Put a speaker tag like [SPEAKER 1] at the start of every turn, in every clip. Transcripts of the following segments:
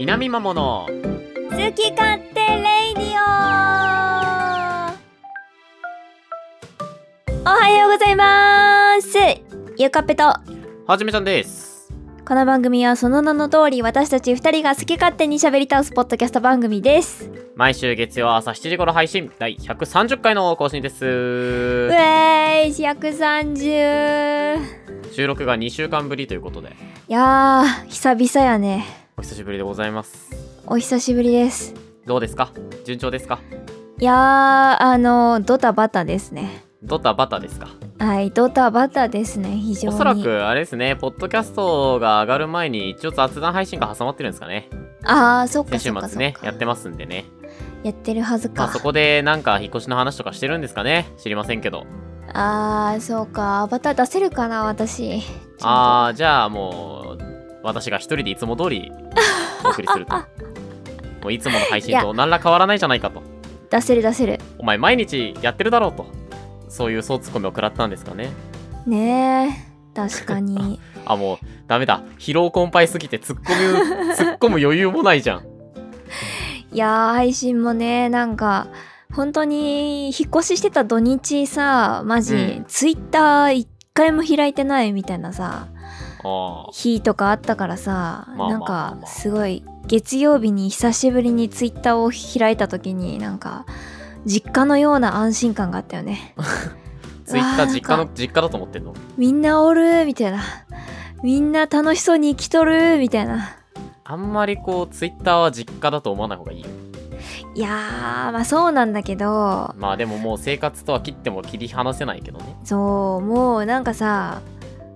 [SPEAKER 1] 南桃の
[SPEAKER 2] 好き勝手レイディオおはようございますゆかぺと
[SPEAKER 1] はじめちゃんです
[SPEAKER 2] この番組はその名の通り私たち二人が好き勝手に喋り倒すポッドキャスト番組です
[SPEAKER 1] 毎週月曜朝7時頃配信第130回の更新で
[SPEAKER 2] う
[SPEAKER 1] す
[SPEAKER 2] えーい130
[SPEAKER 1] 収録が2週間ぶりということで
[SPEAKER 2] いやー久々やね
[SPEAKER 1] お久しぶりでございます
[SPEAKER 2] お久しぶりです
[SPEAKER 1] どうですか順調ですか
[SPEAKER 2] いやーあのドタバタですね
[SPEAKER 1] ドタバタですか
[SPEAKER 2] はいドタバタですね非常
[SPEAKER 1] お
[SPEAKER 2] に
[SPEAKER 1] そらくあれですねポッドキャストが上がる前に一応雑談配信が挟まってるんですかね
[SPEAKER 2] ああそっか
[SPEAKER 1] 先
[SPEAKER 2] そ
[SPEAKER 1] 週
[SPEAKER 2] っかそ
[SPEAKER 1] 末
[SPEAKER 2] っ
[SPEAKER 1] ね
[SPEAKER 2] か
[SPEAKER 1] やってますんでね
[SPEAKER 2] やってるはずか
[SPEAKER 1] まあそこでなんか引っ越しの話とかしてるんですかね知りませんけど
[SPEAKER 2] あーそうかアバター出せるかな私
[SPEAKER 1] あ
[SPEAKER 2] あ
[SPEAKER 1] あじゃあもう私が一人でいつも通 りお送りするともういつもの配信と何ら変わらないじゃないかと
[SPEAKER 2] 出せる出せる
[SPEAKER 1] お前毎日やってるだろうとそういうそうツッコミを食らったんですかね
[SPEAKER 2] ねえ確 かに
[SPEAKER 1] あもうダメだ疲労困憊すぎてツッコミ を突っ込む余裕もないじゃん
[SPEAKER 2] いやー配信もねなんか本当に引っ越ししてた土日さマジ、
[SPEAKER 1] うん
[SPEAKER 2] ツイッター一回も開いてないみたいなさ
[SPEAKER 1] あ
[SPEAKER 2] 日とかあったからさ、
[SPEAKER 1] まあ
[SPEAKER 2] なん
[SPEAKER 1] まあ
[SPEAKER 2] か
[SPEAKER 1] まあ
[SPEAKER 2] すごい月曜日に久しぶりにツイッターを開いた時になんか実家のような安心感があったよね
[SPEAKER 1] ツイッタ
[SPEAKER 2] うわ
[SPEAKER 1] ー
[SPEAKER 2] ー
[SPEAKER 1] 実家
[SPEAKER 2] な
[SPEAKER 1] の
[SPEAKER 2] ん
[SPEAKER 1] 実家だと思ってんの
[SPEAKER 2] みんなおるみたいなみんな楽しそうに生きとるみたいな
[SPEAKER 1] あんまりこうツイッターは実家だと思わない方がいいよ
[SPEAKER 2] いやーまあそうなんだけど
[SPEAKER 1] まあでももう生活とは切っても切り離せないけどね
[SPEAKER 2] そうもうなんかさ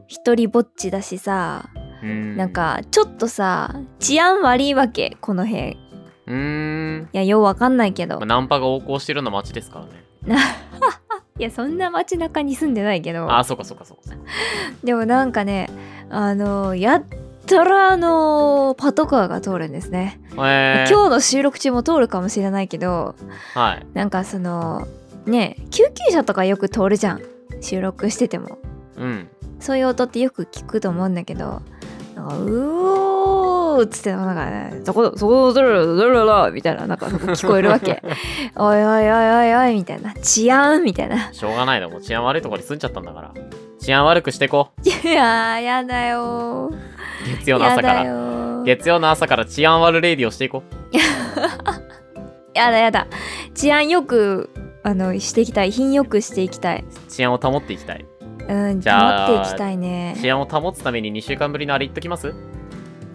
[SPEAKER 2] 一人ぼっちだしさ
[SPEAKER 1] うーん
[SPEAKER 2] なんかちょっとさ治安悪いわけこの辺いう
[SPEAKER 1] ーん、
[SPEAKER 2] やようわかんないけど
[SPEAKER 1] まあ、ナンパが横行してるような街ですからね
[SPEAKER 2] いやそんな街中に住んでないけど
[SPEAKER 1] ああそうかそうかそうかそうか
[SPEAKER 2] でもなんかねあのやったらあのパトカーが通るんですね、
[SPEAKER 1] えー、
[SPEAKER 2] 今日の収録中も通るかもしれないけど
[SPEAKER 1] はい
[SPEAKER 2] なんかそのね救急車とかよく通るじゃん収録してても
[SPEAKER 1] うん
[SPEAKER 2] そういう音ってよく聞くと思うんだけどなんかうおーっつってなんかねそこそこどろどろどろみたいななんか聞こえるわけおいおいおいおいおいみたいな治安みたいな
[SPEAKER 1] しょうがないなもう治安悪いところに住んじゃったんだから治安悪くしてこう
[SPEAKER 2] いやーやだよー
[SPEAKER 1] 月曜の
[SPEAKER 2] や
[SPEAKER 1] 朝か
[SPEAKER 2] だ
[SPEAKER 1] ら
[SPEAKER 2] よー
[SPEAKER 1] 月曜の朝から治安悪レイディをしていこう
[SPEAKER 2] やだやだ治安よくあのしていきたい品よくしていきたい
[SPEAKER 1] 治安を保っていきたい
[SPEAKER 2] うん
[SPEAKER 1] じゃあ
[SPEAKER 2] 保っていきたいね
[SPEAKER 1] 治安を保つために2週間ぶりのあれ言っときます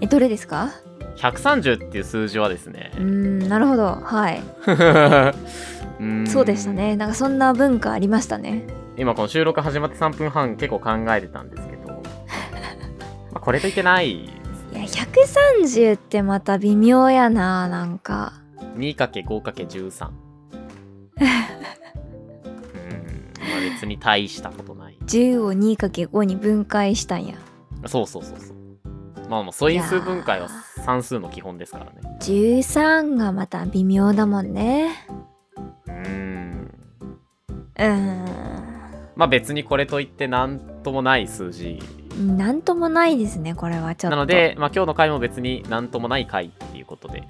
[SPEAKER 2] えどれですか
[SPEAKER 1] 130っていう数字はですね
[SPEAKER 2] うーんなるほどはいう
[SPEAKER 1] ーん
[SPEAKER 2] そうでしたね。なんかそんな文化ありましたね。
[SPEAKER 1] 今この収録始まって3分半結構考えてたんですけ どまあこれといってない
[SPEAKER 2] いや、130ってまた微妙やな、なんか。
[SPEAKER 1] 2×5×13 うんまあ別に大したことない
[SPEAKER 2] 10を 2×5 に分解したんや。
[SPEAKER 1] そうそうそうそうまあまあ素因数分解はい
[SPEAKER 2] や
[SPEAKER 1] 算数の基本ですからね
[SPEAKER 2] 13がまた微妙だもんね。
[SPEAKER 1] うん
[SPEAKER 2] うー
[SPEAKER 1] まあ別にこれといって何ともない数字
[SPEAKER 2] ん。なんともないですね、これはちょっと。
[SPEAKER 1] なの。で、まあ、今日の回も別に何ともない回っていうことで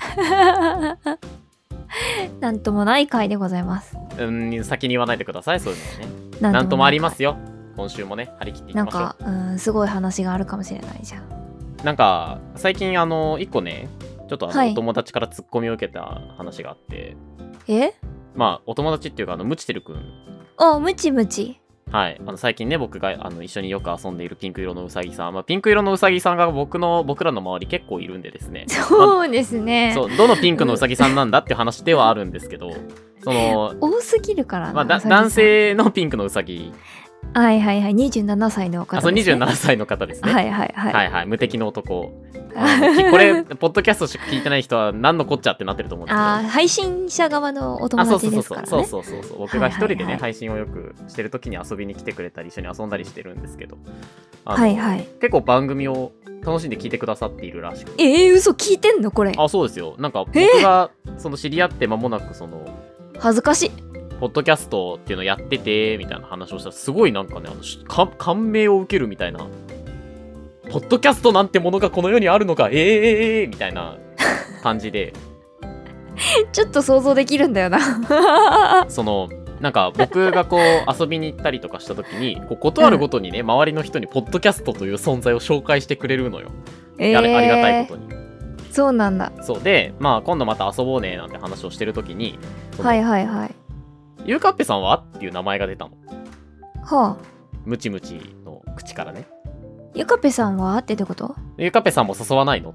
[SPEAKER 2] なんともない回でございます。
[SPEAKER 1] うん先に言わないでくださいそういうのはね
[SPEAKER 2] な。
[SPEAKER 1] 何ともありますすよ今週もね張り切っていき
[SPEAKER 2] なん
[SPEAKER 1] ましょう
[SPEAKER 2] か、うん、すごい話があるかもしれないじゃん。
[SPEAKER 1] なんか最近あの一個ねちょっとあの、
[SPEAKER 2] はい
[SPEAKER 1] お友達からツッコミを受けた話があって
[SPEAKER 2] え
[SPEAKER 1] まあお友達っていうかあのムチてるくん
[SPEAKER 2] お、ムチムチ。
[SPEAKER 1] はいあの最近ね僕があの一緒によく遊んでいるピンク色のうさぎさん、まあ、ピンク色のうさぎさんが僕の僕らの周り結構いるんでですね
[SPEAKER 2] そうですね。
[SPEAKER 1] そうどのピンクのうさぎさんなんだって話ではあるんですけどそ の、
[SPEAKER 2] 多すぎるからな。
[SPEAKER 1] まあ、だ
[SPEAKER 2] うさぎさん
[SPEAKER 1] 男。性のピンクのうさぎ
[SPEAKER 2] はいはいはい、27歳の
[SPEAKER 1] あ
[SPEAKER 2] 方
[SPEAKER 1] そう
[SPEAKER 2] です、ね。
[SPEAKER 1] 27歳の方ですね
[SPEAKER 2] はいはいはい。
[SPEAKER 1] はいはい無敵の男あのこれポッドキャストしか聞いてない人は何のこっちゃってなってると思うんですけど
[SPEAKER 2] あー配信者側のお友
[SPEAKER 1] あそうそうそ
[SPEAKER 2] 達で
[SPEAKER 1] う
[SPEAKER 2] す
[SPEAKER 1] そ
[SPEAKER 2] か
[SPEAKER 1] う
[SPEAKER 2] ら
[SPEAKER 1] そ
[SPEAKER 2] ね
[SPEAKER 1] う。そうそうそう僕が一人でね、
[SPEAKER 2] はいはいはい
[SPEAKER 1] 配信をよくしてる時に遊びに来てくれたり一緒に遊んだりしてるんですけどあの
[SPEAKER 2] はいはい。
[SPEAKER 1] 結構番組を楽しんで聞いてくださっているらしく
[SPEAKER 2] えー、嘘聞いてんのこれ。
[SPEAKER 1] あそうですよなんか僕
[SPEAKER 2] え
[SPEAKER 1] がその知り合って間もなくその
[SPEAKER 2] 恥ずかしい。
[SPEAKER 1] ポッドキャストっていうのやっててみたいな話をしたらすごいなんかねあのしか感銘を受けるみたいなポッドキャストなんてものがこの世にあるのかえーえーえーみたいな感じ で
[SPEAKER 2] ちょっと想像できるん だよな
[SPEAKER 1] そのなんか僕がこう遊びに行ったりとかした時にこう断るごとにね、周りの人にポッドキャストという存在を紹介してくれるのよ、
[SPEAKER 2] え
[SPEAKER 1] あれありがたいこととに
[SPEAKER 2] そうなんだ
[SPEAKER 1] そうでまあ今度また遊ぼうねなんて話をしてる時にその
[SPEAKER 2] はいはいはい
[SPEAKER 1] ゆうかっぺさんはっていう名前が出たの
[SPEAKER 2] はあ
[SPEAKER 1] ムチムチの口からね
[SPEAKER 2] ゆかぺさんはってってこと
[SPEAKER 1] ゆうかっぺさんも誘わないの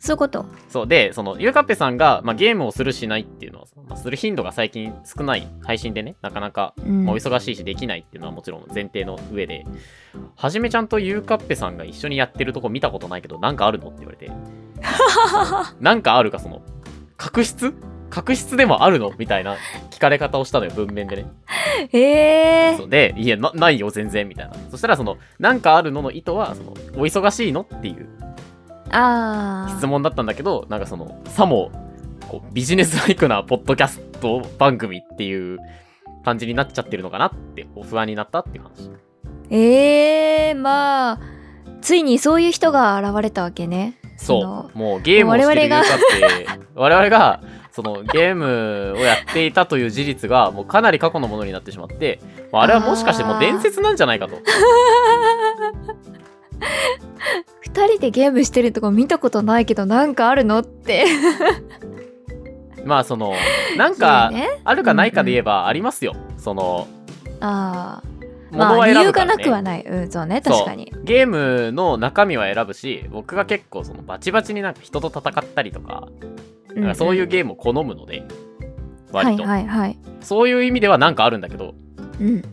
[SPEAKER 2] そういうこと
[SPEAKER 1] そうでそのゆうかっぺさんが、まあ、ゲームをするしないっていうのは、まあする頻度が最近少ない配信でねなかなか、
[SPEAKER 2] うん
[SPEAKER 1] まあお忙しいしできないっていうのはもちろん前提の上ではじめちゃんとゆうかっぺさんが一緒にやってるとこ見たことないけどなんかあるのって言われてなんかあるかその確執確執でもあるのみたいな聞かれ方をしたのよ文面でね
[SPEAKER 2] へえ
[SPEAKER 1] そうで、いや、なないよ、全然、みたいな。そしたら、その、なんかあるのの意図は、その、お忙しいのっていう
[SPEAKER 2] ああ
[SPEAKER 1] 質問だったんだけど、なんかその、さも、こう、ビジネスライクなポッドキャスト番組っていう感じになっちゃってるのかなって、お不安になったっていう話。
[SPEAKER 2] ええまあついにそういう人が現れたわけね
[SPEAKER 1] そ
[SPEAKER 2] の
[SPEAKER 1] う、もうゲームをしてるかって、我々が、そのゲームをやっていたという事実がもうかなり過去のものになってしまってまああれはもしかしてもう伝説なんじゃないかと
[SPEAKER 2] 二人でゲームしてるとこ見たことないけどなんかあるのって
[SPEAKER 1] まあそのなん か
[SPEAKER 2] そうね
[SPEAKER 1] あるかないかで言えばありますよ、その
[SPEAKER 2] ああま
[SPEAKER 1] 物は
[SPEAKER 2] あ
[SPEAKER 1] 選
[SPEAKER 2] 理
[SPEAKER 1] ぶ
[SPEAKER 2] 由
[SPEAKER 1] から、
[SPEAKER 2] がな
[SPEAKER 1] ね
[SPEAKER 2] くはないうんそうね
[SPEAKER 1] そう
[SPEAKER 2] 確かに
[SPEAKER 1] ゲームの中身は選ぶし僕が結構そのバチバチになんか人と戦ったりとか
[SPEAKER 2] う
[SPEAKER 1] なん
[SPEAKER 2] ん
[SPEAKER 1] かそういうゲームを好むので、割と、
[SPEAKER 2] はいはいはい
[SPEAKER 1] そういう意味ではなんかあるんだけど
[SPEAKER 2] うん
[SPEAKER 1] で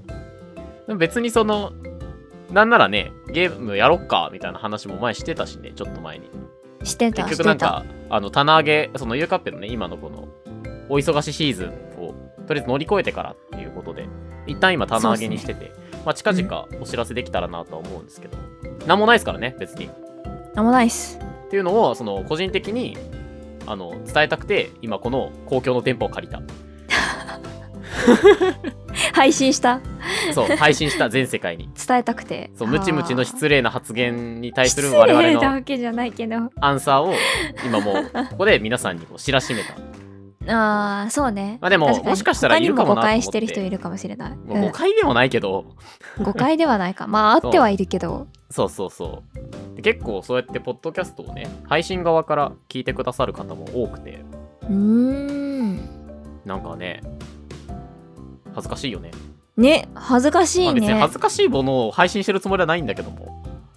[SPEAKER 1] も別にそのなんならねゲームやろっかみたいな話も前してたしねちょっと前に
[SPEAKER 2] してた
[SPEAKER 1] 結
[SPEAKER 2] して
[SPEAKER 1] 局なん
[SPEAKER 2] た
[SPEAKER 1] かあの棚上げそのゆうかっぺのね今のこのお忙しいシーズンをとりあえず乗り越えてからっていうことで一旦今棚上げにしてて、まあ近々お知らせできたらなとは思うんですけど、なんもないですからね別に
[SPEAKER 2] なんもないっす
[SPEAKER 1] っていうのをその個人的にあの伝えたくて今この公共の店舗を借りた
[SPEAKER 2] 配信した
[SPEAKER 1] そう 配信した全世界に
[SPEAKER 2] 伝えたくて
[SPEAKER 1] そうムチムチの失礼な発言に
[SPEAKER 2] 礼
[SPEAKER 1] 対す る我
[SPEAKER 2] 失礼な
[SPEAKER 1] 々の
[SPEAKER 2] わけじゃないけど
[SPEAKER 1] アンサーを今もう ここで皆さんにこう知らしめた
[SPEAKER 2] ああそうね
[SPEAKER 1] まあでも
[SPEAKER 2] 確に
[SPEAKER 1] もしかしたらいるかもなと思って
[SPEAKER 2] 他にも誤解してる人いるかもしれない、
[SPEAKER 1] もう誤解でもないけど
[SPEAKER 2] うん誤解ではないかまああってはいるけど
[SPEAKER 1] そうそうそうで結構そうやってポッドキャストをね配信側から聞いてくださる方も多くて
[SPEAKER 2] うーん
[SPEAKER 1] なんかね恥ずかしいよね
[SPEAKER 2] ね恥ずかし
[SPEAKER 1] まあ
[SPEAKER 2] い
[SPEAKER 1] 別に
[SPEAKER 2] ね
[SPEAKER 1] 恥ずかしいものを配信してるつもりはないんだけども、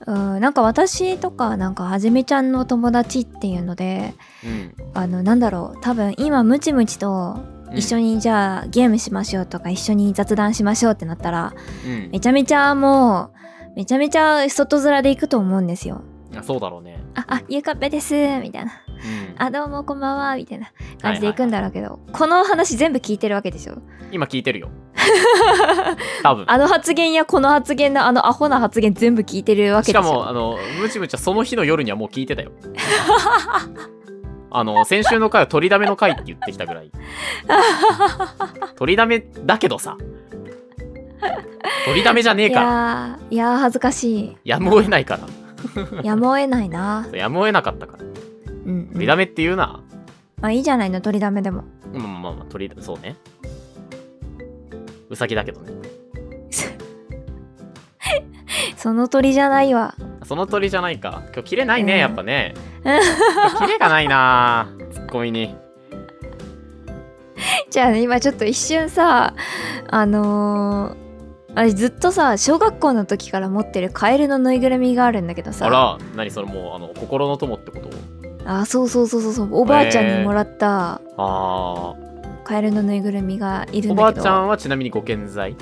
[SPEAKER 2] うんなんか私とかなんかはじめちゃんの友達っていうので
[SPEAKER 1] うん、
[SPEAKER 2] あのなんだろう多分今ムチムチと一緒
[SPEAKER 1] に、
[SPEAKER 2] にじゃあゲームしましょうとか一緒に雑談しましょうってなったら
[SPEAKER 1] うん
[SPEAKER 2] めちゃめちゃもうめちゃめちゃ外面で行くと思うんですよ。
[SPEAKER 1] あそうだろうね、
[SPEAKER 2] あ、あ、ゆうかっぺですみたいな。
[SPEAKER 1] うん
[SPEAKER 2] あ、どうもこんばんはみたいな感じで行くんだろうけど、この話全部聞いてるわけでしょ。
[SPEAKER 1] 今聞いて るよ多分
[SPEAKER 2] あの発言やこの発言のあのアホな発言全部聞いてるわけ
[SPEAKER 1] し
[SPEAKER 2] でし
[SPEAKER 1] か
[SPEAKER 2] ょ。
[SPEAKER 1] もあのムチムチはその日の夜にはもう聞いてたよあの先週の回は取りだめの回って言ってきたぐらい取りだめだけどさ取りだめじゃねえ
[SPEAKER 2] い
[SPEAKER 1] から
[SPEAKER 2] やーいやー恥ずかしい。
[SPEAKER 1] やむを得ないから
[SPEAKER 2] やむを得ないな。
[SPEAKER 1] やむを得なかったから取
[SPEAKER 2] うん、う
[SPEAKER 1] り
[SPEAKER 2] ん。
[SPEAKER 1] だめって言うな、
[SPEAKER 2] まあいいじゃないの取りだめでも。
[SPEAKER 1] まあまあまあ取りそうねうさぎだけどね
[SPEAKER 2] その鳥じゃないわ。
[SPEAKER 1] その鳥じゃないか今日キレないね、
[SPEAKER 2] うん
[SPEAKER 1] やっぱね
[SPEAKER 2] うん
[SPEAKER 1] 今日キレがないなツッコミに
[SPEAKER 2] じゃあね今ちょっと一瞬さあのー、私ずっとさ小学校の時から持ってるカエルのぬいぐるみがあるんだけどさ
[SPEAKER 1] あら何それもうあの心の友ってこと
[SPEAKER 2] あそうそうそうそうそうおばあちゃんにもらった
[SPEAKER 1] あ
[SPEAKER 2] カエルのぬいぐるみがい
[SPEAKER 1] あ
[SPEAKER 2] る
[SPEAKER 1] お
[SPEAKER 2] ん
[SPEAKER 1] ば
[SPEAKER 2] だ
[SPEAKER 1] あ
[SPEAKER 2] け
[SPEAKER 1] ち
[SPEAKER 2] ど
[SPEAKER 1] ゃんはちなみにご健在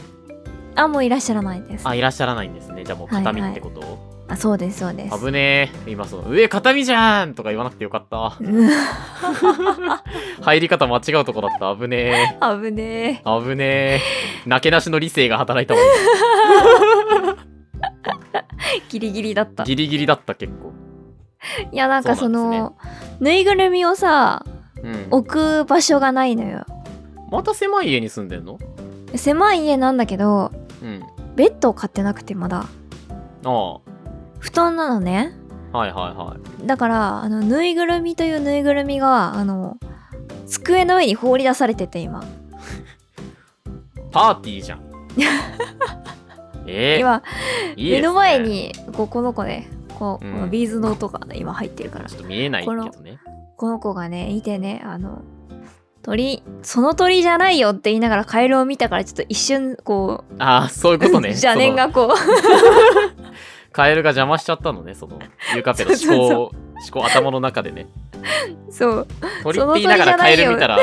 [SPEAKER 2] あもういらっしゃらないです
[SPEAKER 1] あ
[SPEAKER 2] あ
[SPEAKER 1] いらっしゃらないんですねじゃあもう
[SPEAKER 2] はいは
[SPEAKER 1] 片
[SPEAKER 2] い
[SPEAKER 1] 身ってこと、
[SPEAKER 2] そうですそうです
[SPEAKER 1] 危ねえ今その「上片身じゃん!」とか言わなくてよかった
[SPEAKER 2] うん
[SPEAKER 1] 入り方間違うとこだった危ねえ
[SPEAKER 2] 危ねえ
[SPEAKER 1] 危ねえなけなしの理性が働いたもん
[SPEAKER 2] ギリギリだったい
[SPEAKER 1] ギリギリだった結構
[SPEAKER 2] やなんかそ
[SPEAKER 1] そうな
[SPEAKER 2] のぬいぐるみをさ
[SPEAKER 1] うん
[SPEAKER 2] 置く場所がないのよ
[SPEAKER 1] また狭い家に住んでんの
[SPEAKER 2] 狭い家なんだけど
[SPEAKER 1] うん
[SPEAKER 2] ベッドを買ってなくてまだ
[SPEAKER 1] ああ
[SPEAKER 2] 布団なのね
[SPEAKER 1] はいはいはい
[SPEAKER 2] だからあのぬいぐるみというぬいぐるみがあの机の上に放り出されてて今
[SPEAKER 1] パーティーじ ゃんえー、
[SPEAKER 2] 今
[SPEAKER 1] いいですね
[SPEAKER 2] 目の前にこうこの子ねこう
[SPEAKER 1] うん
[SPEAKER 2] このビーズの音が今入ってるから、
[SPEAKER 1] ちょっと見えないけどね
[SPEAKER 2] この子がねいてねあの鳥その鳥じゃないよって言いながらカエルを見たからちょっと一瞬こう
[SPEAKER 1] ああそういうことね
[SPEAKER 2] 邪念
[SPEAKER 1] そ
[SPEAKER 2] が
[SPEAKER 1] の
[SPEAKER 2] こう
[SPEAKER 1] カエルが邪魔しちゃったのねそのゆうかっぺの
[SPEAKER 2] そうそう
[SPEAKER 1] 思考思考頭の中でね
[SPEAKER 2] そう
[SPEAKER 1] 鳥って言いながらカエル見たら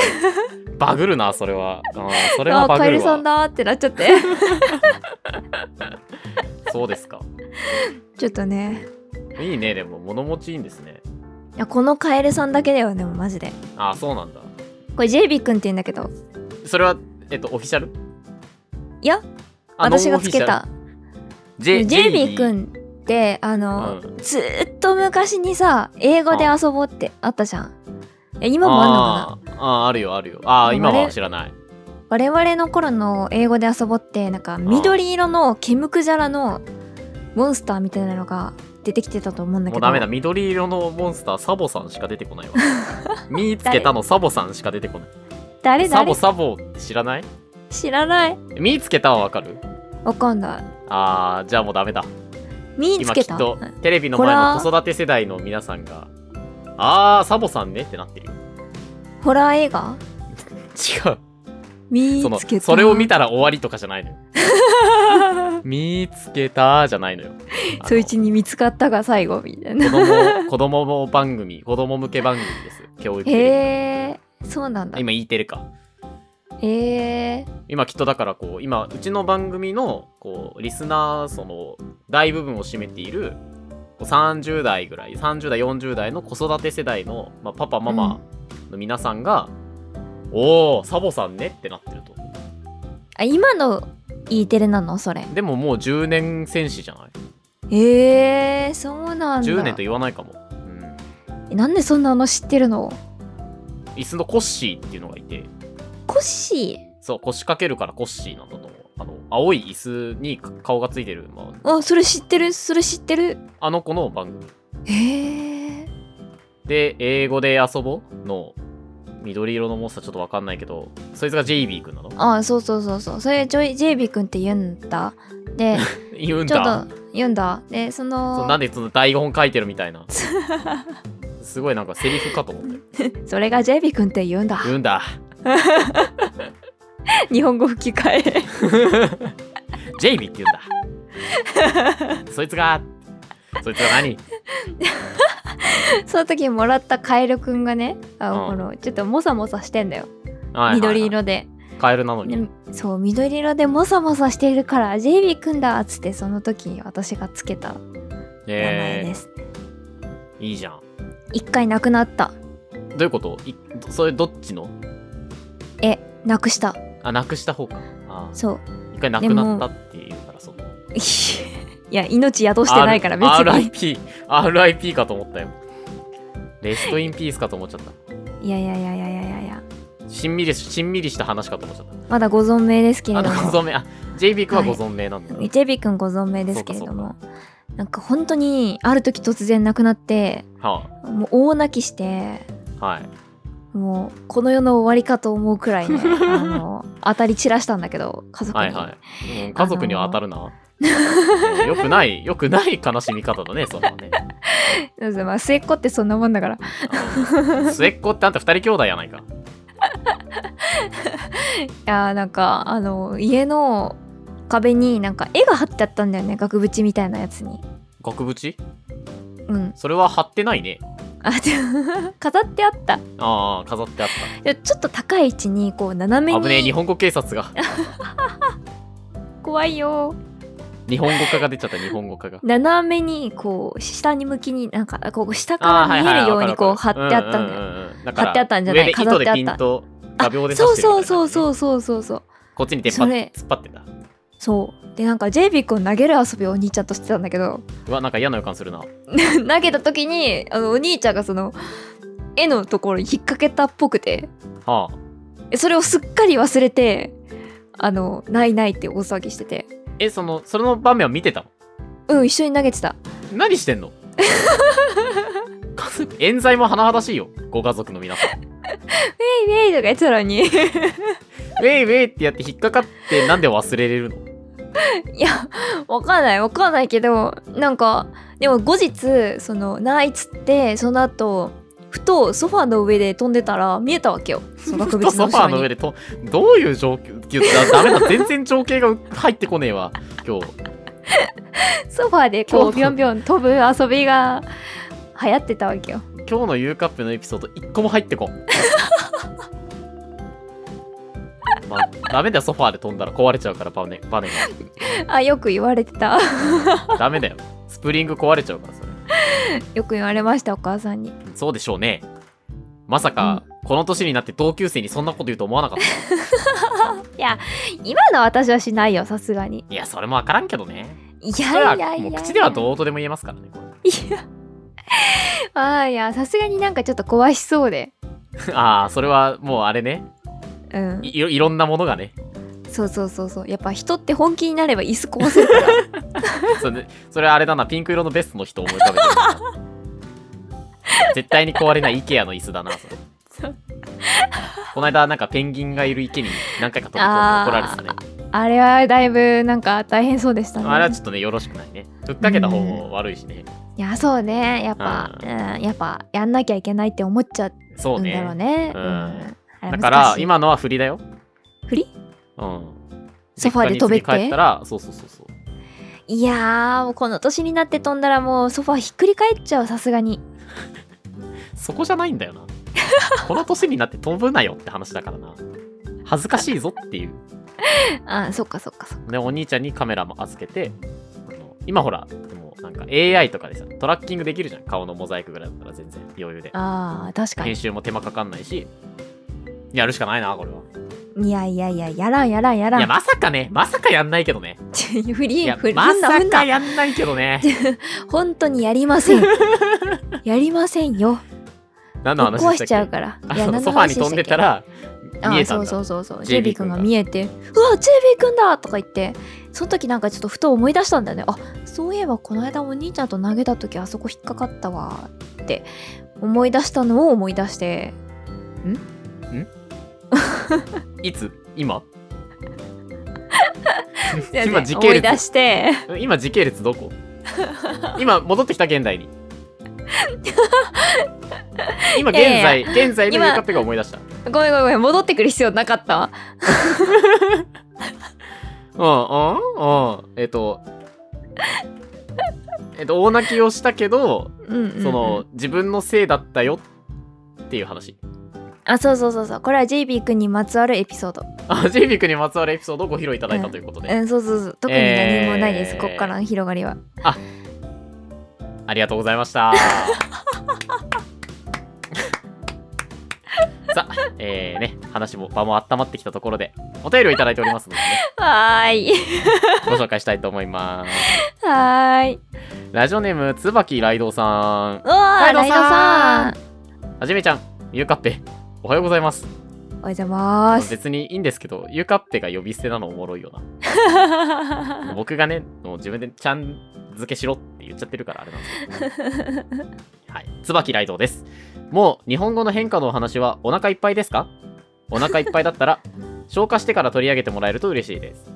[SPEAKER 1] バグるなそれはあーそれは
[SPEAKER 2] あ
[SPEAKER 1] バ
[SPEAKER 2] カ
[SPEAKER 1] グ
[SPEAKER 2] エル
[SPEAKER 1] る
[SPEAKER 2] さん
[SPEAKER 1] わ
[SPEAKER 2] だーってなっち ゃって
[SPEAKER 1] そうですか
[SPEAKER 2] ちょっとね
[SPEAKER 1] いいねでも物持ちいいんですね
[SPEAKER 2] いやこのカエルさんだけだよねもうマジで
[SPEAKER 1] ああそうなんだ
[SPEAKER 2] これジェイビー君って言うんだけど
[SPEAKER 1] それはえっとオフィシャル
[SPEAKER 2] いや
[SPEAKER 1] あノン
[SPEAKER 2] 私が
[SPEAKER 1] オフ
[SPEAKER 2] つ
[SPEAKER 1] ィシャ
[SPEAKER 2] け
[SPEAKER 1] ル
[SPEAKER 2] た
[SPEAKER 1] ジ
[SPEAKER 2] ジェ
[SPEAKER 1] ェ
[SPEAKER 2] イビー君ってあの、
[SPEAKER 1] う
[SPEAKER 2] ずーっと昔にさ英語で遊ぼうってあったじゃんえ今もあんのか
[SPEAKER 1] あ
[SPEAKER 2] な
[SPEAKER 1] ーあーあるよあるよああ
[SPEAKER 2] でも
[SPEAKER 1] 今
[SPEAKER 2] あれ
[SPEAKER 1] は知らない
[SPEAKER 2] 我々の頃の英語で遊ぼうってなんか緑色のケムクジャラのモンスターみたいなのが出てきてたと思うんだけ
[SPEAKER 1] も
[SPEAKER 2] ど
[SPEAKER 1] うダメだ緑色のモンスターサボさんしか出てこない わ見つけたのサボさんしか出てこない
[SPEAKER 2] 誰
[SPEAKER 1] サボ
[SPEAKER 2] 誰
[SPEAKER 1] サボって知らない
[SPEAKER 2] 知らない
[SPEAKER 1] 見つけたはわかる
[SPEAKER 2] わかんない
[SPEAKER 1] あーじゃあもうダメだ
[SPEAKER 2] 見つ
[SPEAKER 1] 今
[SPEAKER 2] け
[SPEAKER 1] きったと
[SPEAKER 2] うん
[SPEAKER 1] テレビの
[SPEAKER 2] これ
[SPEAKER 1] 前
[SPEAKER 2] は
[SPEAKER 1] の子育て世代の皆さんがあーサボさんねってなってるよ
[SPEAKER 2] ホラー映画
[SPEAKER 1] 違う
[SPEAKER 2] 見
[SPEAKER 1] その
[SPEAKER 2] つけた
[SPEAKER 1] それを見 たら終わりとかじゃないのよ見つけたじゃないのよあの
[SPEAKER 2] そいちに見つかったが最後みたいな
[SPEAKER 1] 子 供子供番組子供向け番組です教育テ
[SPEAKER 2] へ
[SPEAKER 1] レ
[SPEAKER 2] えそうなんだ
[SPEAKER 1] ビ今 E テレか
[SPEAKER 2] へえ
[SPEAKER 1] 今きっとだからこう今うちの番組のこうリスナーその大部分を占めているこう30代ぐらい30代40代の子育て世代の、まあ、パパママの皆さんが「おおサボさんね」ってなってると
[SPEAKER 2] あ今の E テレなのそれ
[SPEAKER 1] でももう10年戦士じゃない
[SPEAKER 2] へえそうなんだ
[SPEAKER 1] 10年と言わないかも、うん、
[SPEAKER 2] なんでそんなの知ってるの
[SPEAKER 1] 椅子のコッシーっていうのがいて
[SPEAKER 2] コッシ
[SPEAKER 1] そう腰掛けるからコッシーなんだと思うあの青い椅子に顔がついてる、ま
[SPEAKER 2] ーあそれ知ってるそれ知ってる
[SPEAKER 1] あ、あの子の番組
[SPEAKER 2] へえ
[SPEAKER 1] で、英語で遊ぼうの緑色のモンスターちょっとわかんないけど、そいつがジェイビー君なの
[SPEAKER 2] あそうそうそうそうそれジョイジェイビー君って言うんだで
[SPEAKER 1] 言うん
[SPEAKER 2] ちょ
[SPEAKER 1] だ
[SPEAKER 2] っ。と言うんだでその
[SPEAKER 1] そうなんでその台本書いてるみたい な。すごいなんかセリフかと思ったよ。
[SPEAKER 2] それがジェイビー君って言うんだ
[SPEAKER 1] 言うんだ。
[SPEAKER 2] 日本語吹き替え
[SPEAKER 1] ジェイビーって言うん だ。そいつが、そいつが何
[SPEAKER 2] その時もらったカエルくんがねあ、
[SPEAKER 1] うん
[SPEAKER 2] このちょっとモサモサしてんだよ、
[SPEAKER 1] はいはいはい
[SPEAKER 2] 緑。色で
[SPEAKER 1] カエルなのに。
[SPEAKER 2] でそう緑色でモサモサしてるからジェイビーくんだっつってその時に私がつけた名前
[SPEAKER 1] え
[SPEAKER 2] です、
[SPEAKER 1] ー、いいじゃん。
[SPEAKER 2] 一回なくなった
[SPEAKER 1] どういうこといそれどっちの
[SPEAKER 2] えなくした
[SPEAKER 1] あ、なくした方か。あ
[SPEAKER 2] そう
[SPEAKER 1] 一回なくなったっていうから、その。
[SPEAKER 2] いや命宿してないから別に
[SPEAKER 1] RIP、RIP かと思ったよ。レストインピースかと思っちゃった。
[SPEAKER 2] いやいやいやいやいやいやいや
[SPEAKER 1] しんみりし、しんみりした話かと思っちゃっ
[SPEAKER 2] まだご存命ですけ
[SPEAKER 1] た。あ
[SPEAKER 2] れ
[SPEAKER 1] の、
[SPEAKER 2] ど
[SPEAKER 1] ご
[SPEAKER 2] も
[SPEAKER 1] 存命、あ、JB 君は
[SPEAKER 2] は
[SPEAKER 1] ご
[SPEAKER 2] い
[SPEAKER 1] 存命なんだ。
[SPEAKER 2] ジェビ君ご存命ですけれど
[SPEAKER 1] そ
[SPEAKER 2] もなんか本当にある時突然亡くなって
[SPEAKER 1] は
[SPEAKER 2] もう大泣きして
[SPEAKER 1] あ、はい。
[SPEAKER 2] もうこの世の終わりかと思う くらいねあの当たり散らしたんだけど家族に、
[SPEAKER 1] はいはい。うん家族には当たるな。よくない、よくない悲しみ方だね、そんなね。
[SPEAKER 2] そうそうまあ、末っ子ってそんなもんだから
[SPEAKER 1] うん末っ子ってあんた二人兄弟やないか。
[SPEAKER 2] いやーなんかあの家の壁になんか絵が貼ってあったんだよね額縁みたいなやつに
[SPEAKER 1] 額縁
[SPEAKER 2] うん
[SPEAKER 1] それは貼ってないね。
[SPEAKER 2] あで飾ってあった
[SPEAKER 1] ああ、飾ってあっ
[SPEAKER 2] でちょっと高い位置にこう斜
[SPEAKER 1] た。
[SPEAKER 2] め
[SPEAKER 1] 危ねえ、日
[SPEAKER 2] に
[SPEAKER 1] 本語警察が。
[SPEAKER 2] 怖いよ
[SPEAKER 1] 日本語化が出ちゃった、日本語化が。
[SPEAKER 2] 斜めにこう下に向きになんかこう下
[SPEAKER 1] あ
[SPEAKER 2] か
[SPEAKER 1] ー
[SPEAKER 2] ら
[SPEAKER 1] はい
[SPEAKER 2] 見
[SPEAKER 1] は
[SPEAKER 2] え
[SPEAKER 1] い
[SPEAKER 2] るよ
[SPEAKER 1] わ
[SPEAKER 2] うに
[SPEAKER 1] かる
[SPEAKER 2] こう
[SPEAKER 1] わ
[SPEAKER 2] 貼
[SPEAKER 1] か
[SPEAKER 2] っ
[SPEAKER 1] る
[SPEAKER 2] てあったんだよ、
[SPEAKER 1] うんうんうんうんだから
[SPEAKER 2] 貼ってあったんじゃな
[SPEAKER 1] 上
[SPEAKER 2] い
[SPEAKER 1] で糸で
[SPEAKER 2] 飾ってあった
[SPEAKER 1] ピンと画鋲で刺
[SPEAKER 2] そう
[SPEAKER 1] してるみたいな
[SPEAKER 2] そうそう
[SPEAKER 1] う
[SPEAKER 2] そうそうそうそう
[SPEAKER 1] こっちに出っ張っ
[SPEAKER 2] それ
[SPEAKER 1] 突っ張ってんだ
[SPEAKER 2] そうでなんかジェイビー君投げる遊びをお兄ちゃんとしてたんだけど
[SPEAKER 1] うわなんか嫌な予感するな
[SPEAKER 2] 投げた時にあのお兄ちゃんがその絵のところに引っ掛けたっぽくて
[SPEAKER 1] はあ
[SPEAKER 2] それをすっかり忘れてあのないないって大騒ぎしてて
[SPEAKER 1] えそのその場面は見てたの
[SPEAKER 2] うん一緒に投げてた
[SPEAKER 1] 何してんの 家族冤罪も甚だしいよご家族の皆さん
[SPEAKER 2] イェイとか言ってたのに
[SPEAKER 1] ウェイウェイってやって引っかかってなんで忘れれるの
[SPEAKER 2] いやわかんないわかんないけどなんかでも後日そのナイツってその後ふとソファーの上で飛んでたら見えたわ けよその額縁
[SPEAKER 1] ソ
[SPEAKER 2] の
[SPEAKER 1] ファ
[SPEAKER 2] 後
[SPEAKER 1] ーの上
[SPEAKER 2] ろに
[SPEAKER 1] でとどういう状況だダメだ全然情景が入ってこねえわ今日
[SPEAKER 2] ソファーでこ
[SPEAKER 1] 今日
[SPEAKER 2] うビョンビョン飛ぶ遊びが流行ってたわけよ
[SPEAKER 1] 今日の U カップのエピソード一個も入ってこん まあ、ダメだよソファーで飛んだら壊れちゃうからバネバネ
[SPEAKER 2] あよく言われてた
[SPEAKER 1] がダメだよスプリング壊れちゃうからそれ
[SPEAKER 2] よく言われましたお母さんに
[SPEAKER 1] そうでしょうねまさか、この年になって同級生にそんなこと言うと思わなかった
[SPEAKER 2] 今の私はしないよさすがに
[SPEAKER 1] いやそれも分からんけどね
[SPEAKER 2] い
[SPEAKER 1] それ
[SPEAKER 2] や
[SPEAKER 1] はい
[SPEAKER 2] やいやい
[SPEAKER 1] もう
[SPEAKER 2] や
[SPEAKER 1] 口ではどうとでも言えますからねこれ
[SPEAKER 2] あーいやさすがになんかちょっと壊しそうで
[SPEAKER 1] ああそれはもうあれね
[SPEAKER 2] うん
[SPEAKER 1] いいろいろんなものがね
[SPEAKER 2] そうそうそうそうやっぱ人って本気になれば椅子壊せるから
[SPEAKER 1] それそれはあれだなピンク色のベストの人を思い浮かべてる な絶対に壊れない IKEA の椅子だなそれ
[SPEAKER 2] そう
[SPEAKER 1] この間なんかペンギンがいる池に何回か飛び込ん
[SPEAKER 2] あー
[SPEAKER 1] で怒られてたね
[SPEAKER 2] あれはだいぶなんか大変そうでしたね
[SPEAKER 1] あれはちょっとねよろしくないねふっかけた方も悪いしね
[SPEAKER 2] いやそうねやっぱ、
[SPEAKER 1] う
[SPEAKER 2] うん、やっぱやんなきゃいけないって思っちゃう
[SPEAKER 1] そうんね
[SPEAKER 2] だろうね
[SPEAKER 1] う
[SPEAKER 2] うんん、あ
[SPEAKER 1] だ
[SPEAKER 2] れ
[SPEAKER 1] から
[SPEAKER 2] 難しい
[SPEAKER 1] 今のは振りだよ
[SPEAKER 2] 振り
[SPEAKER 1] うん
[SPEAKER 2] ソファーで飛べって
[SPEAKER 1] 実家に次帰ったらそうそうそうそう
[SPEAKER 2] いやーもうこの年になって飛んだらもうソファーひっくり返っちゃうさすがに
[SPEAKER 1] そこじゃないんだよ なこの年になって飛ぶなよって話だからな恥ずかしいぞっていう
[SPEAKER 2] あそっかそっかそっか
[SPEAKER 1] でお兄ちゃんにカメラも預けてあの今ほらでもなんか AI とかでさトラッキングできるじゃん顔のモザイクぐらいだったら全然余裕で
[SPEAKER 2] あー確か
[SPEAKER 1] 編集も手間かかんないしやるしかないなこれは
[SPEAKER 2] にいやいやいややらんやらんやらん
[SPEAKER 1] いやまさかねまさかやんないけどね
[SPEAKER 2] フリ
[SPEAKER 1] い
[SPEAKER 2] ー
[SPEAKER 1] や
[SPEAKER 2] フリー
[SPEAKER 1] ま
[SPEAKER 2] 振んな
[SPEAKER 1] さ
[SPEAKER 2] 振ん
[SPEAKER 1] か
[SPEAKER 2] な
[SPEAKER 1] やんないけどね
[SPEAKER 2] 本当にやりませんやりませんよ
[SPEAKER 1] 何
[SPEAKER 2] ぶ
[SPEAKER 1] の
[SPEAKER 2] っ
[SPEAKER 1] 話でしたっ
[SPEAKER 2] 壊
[SPEAKER 1] け
[SPEAKER 2] しちゃうから
[SPEAKER 1] あ
[SPEAKER 2] いや
[SPEAKER 1] の
[SPEAKER 2] 何
[SPEAKER 1] ソ
[SPEAKER 2] の
[SPEAKER 1] ファー
[SPEAKER 2] 話
[SPEAKER 1] に
[SPEAKER 2] でしたっ
[SPEAKER 1] 飛
[SPEAKER 2] け
[SPEAKER 1] んでたら見えたん
[SPEAKER 2] あ
[SPEAKER 1] だ
[SPEAKER 2] そうそうそうそう
[SPEAKER 1] JB
[SPEAKER 2] JB
[SPEAKER 1] 君
[SPEAKER 2] 君
[SPEAKER 1] が
[SPEAKER 2] が見えて「うわ JB 君だ!」とか言ってその時なんかちょっとふと思い出したんだよねあそういえばこの間お兄ちゃんと投げた時あそこ引っかかったわって思い出したのを思い 出して
[SPEAKER 1] いつ今今
[SPEAKER 2] 今
[SPEAKER 1] 時
[SPEAKER 2] 思
[SPEAKER 1] 系
[SPEAKER 2] い出
[SPEAKER 1] 列
[SPEAKER 2] して
[SPEAKER 1] 今時系列どこ今戻ってきた現 代に今現在現在の
[SPEAKER 2] 今
[SPEAKER 1] ゆうかっぺが思い出した
[SPEAKER 2] ごめんごめんごめん戻ってくる必要なかったわ
[SPEAKER 1] うんうんうんえっと えっと大泣きをしたけど
[SPEAKER 2] うんうんうん、
[SPEAKER 1] その自分のせいだったよっていう話
[SPEAKER 2] あそうそうそうそうこれは JB 君にまつわるエピソード
[SPEAKER 1] あジェイビックにまつわるエピソードをご披露いただいたということで、
[SPEAKER 2] うんそうそうそう特に何もないです、
[SPEAKER 1] えー
[SPEAKER 2] こっからの広がりは
[SPEAKER 1] ありがとうございました さあえー、ね話も場も温まってきたところでお便りをいただいておりますのでね
[SPEAKER 2] はーい
[SPEAKER 1] ご紹介したいと思います
[SPEAKER 2] はーい
[SPEAKER 1] ラジオネーム椿ライドウさん
[SPEAKER 2] うわーラ
[SPEAKER 1] ライ
[SPEAKER 2] イ
[SPEAKER 1] ド
[SPEAKER 2] ド
[SPEAKER 1] さ
[SPEAKER 2] さ
[SPEAKER 1] ん
[SPEAKER 2] ん
[SPEAKER 1] はじめちゃんゆうかっぺおはようございます
[SPEAKER 2] おはようございます
[SPEAKER 1] 別にいいんですけどゆうかっぺが呼び捨てなのおもろいよな僕がねもう自分でちゃん付けしろって言っちゃってるからあれなんですけどはい椿ライドウですもう日本語の変化のお話はお腹いっぱいですかお腹いっぱいだったら消化してから取り上げてもらえると嬉しいです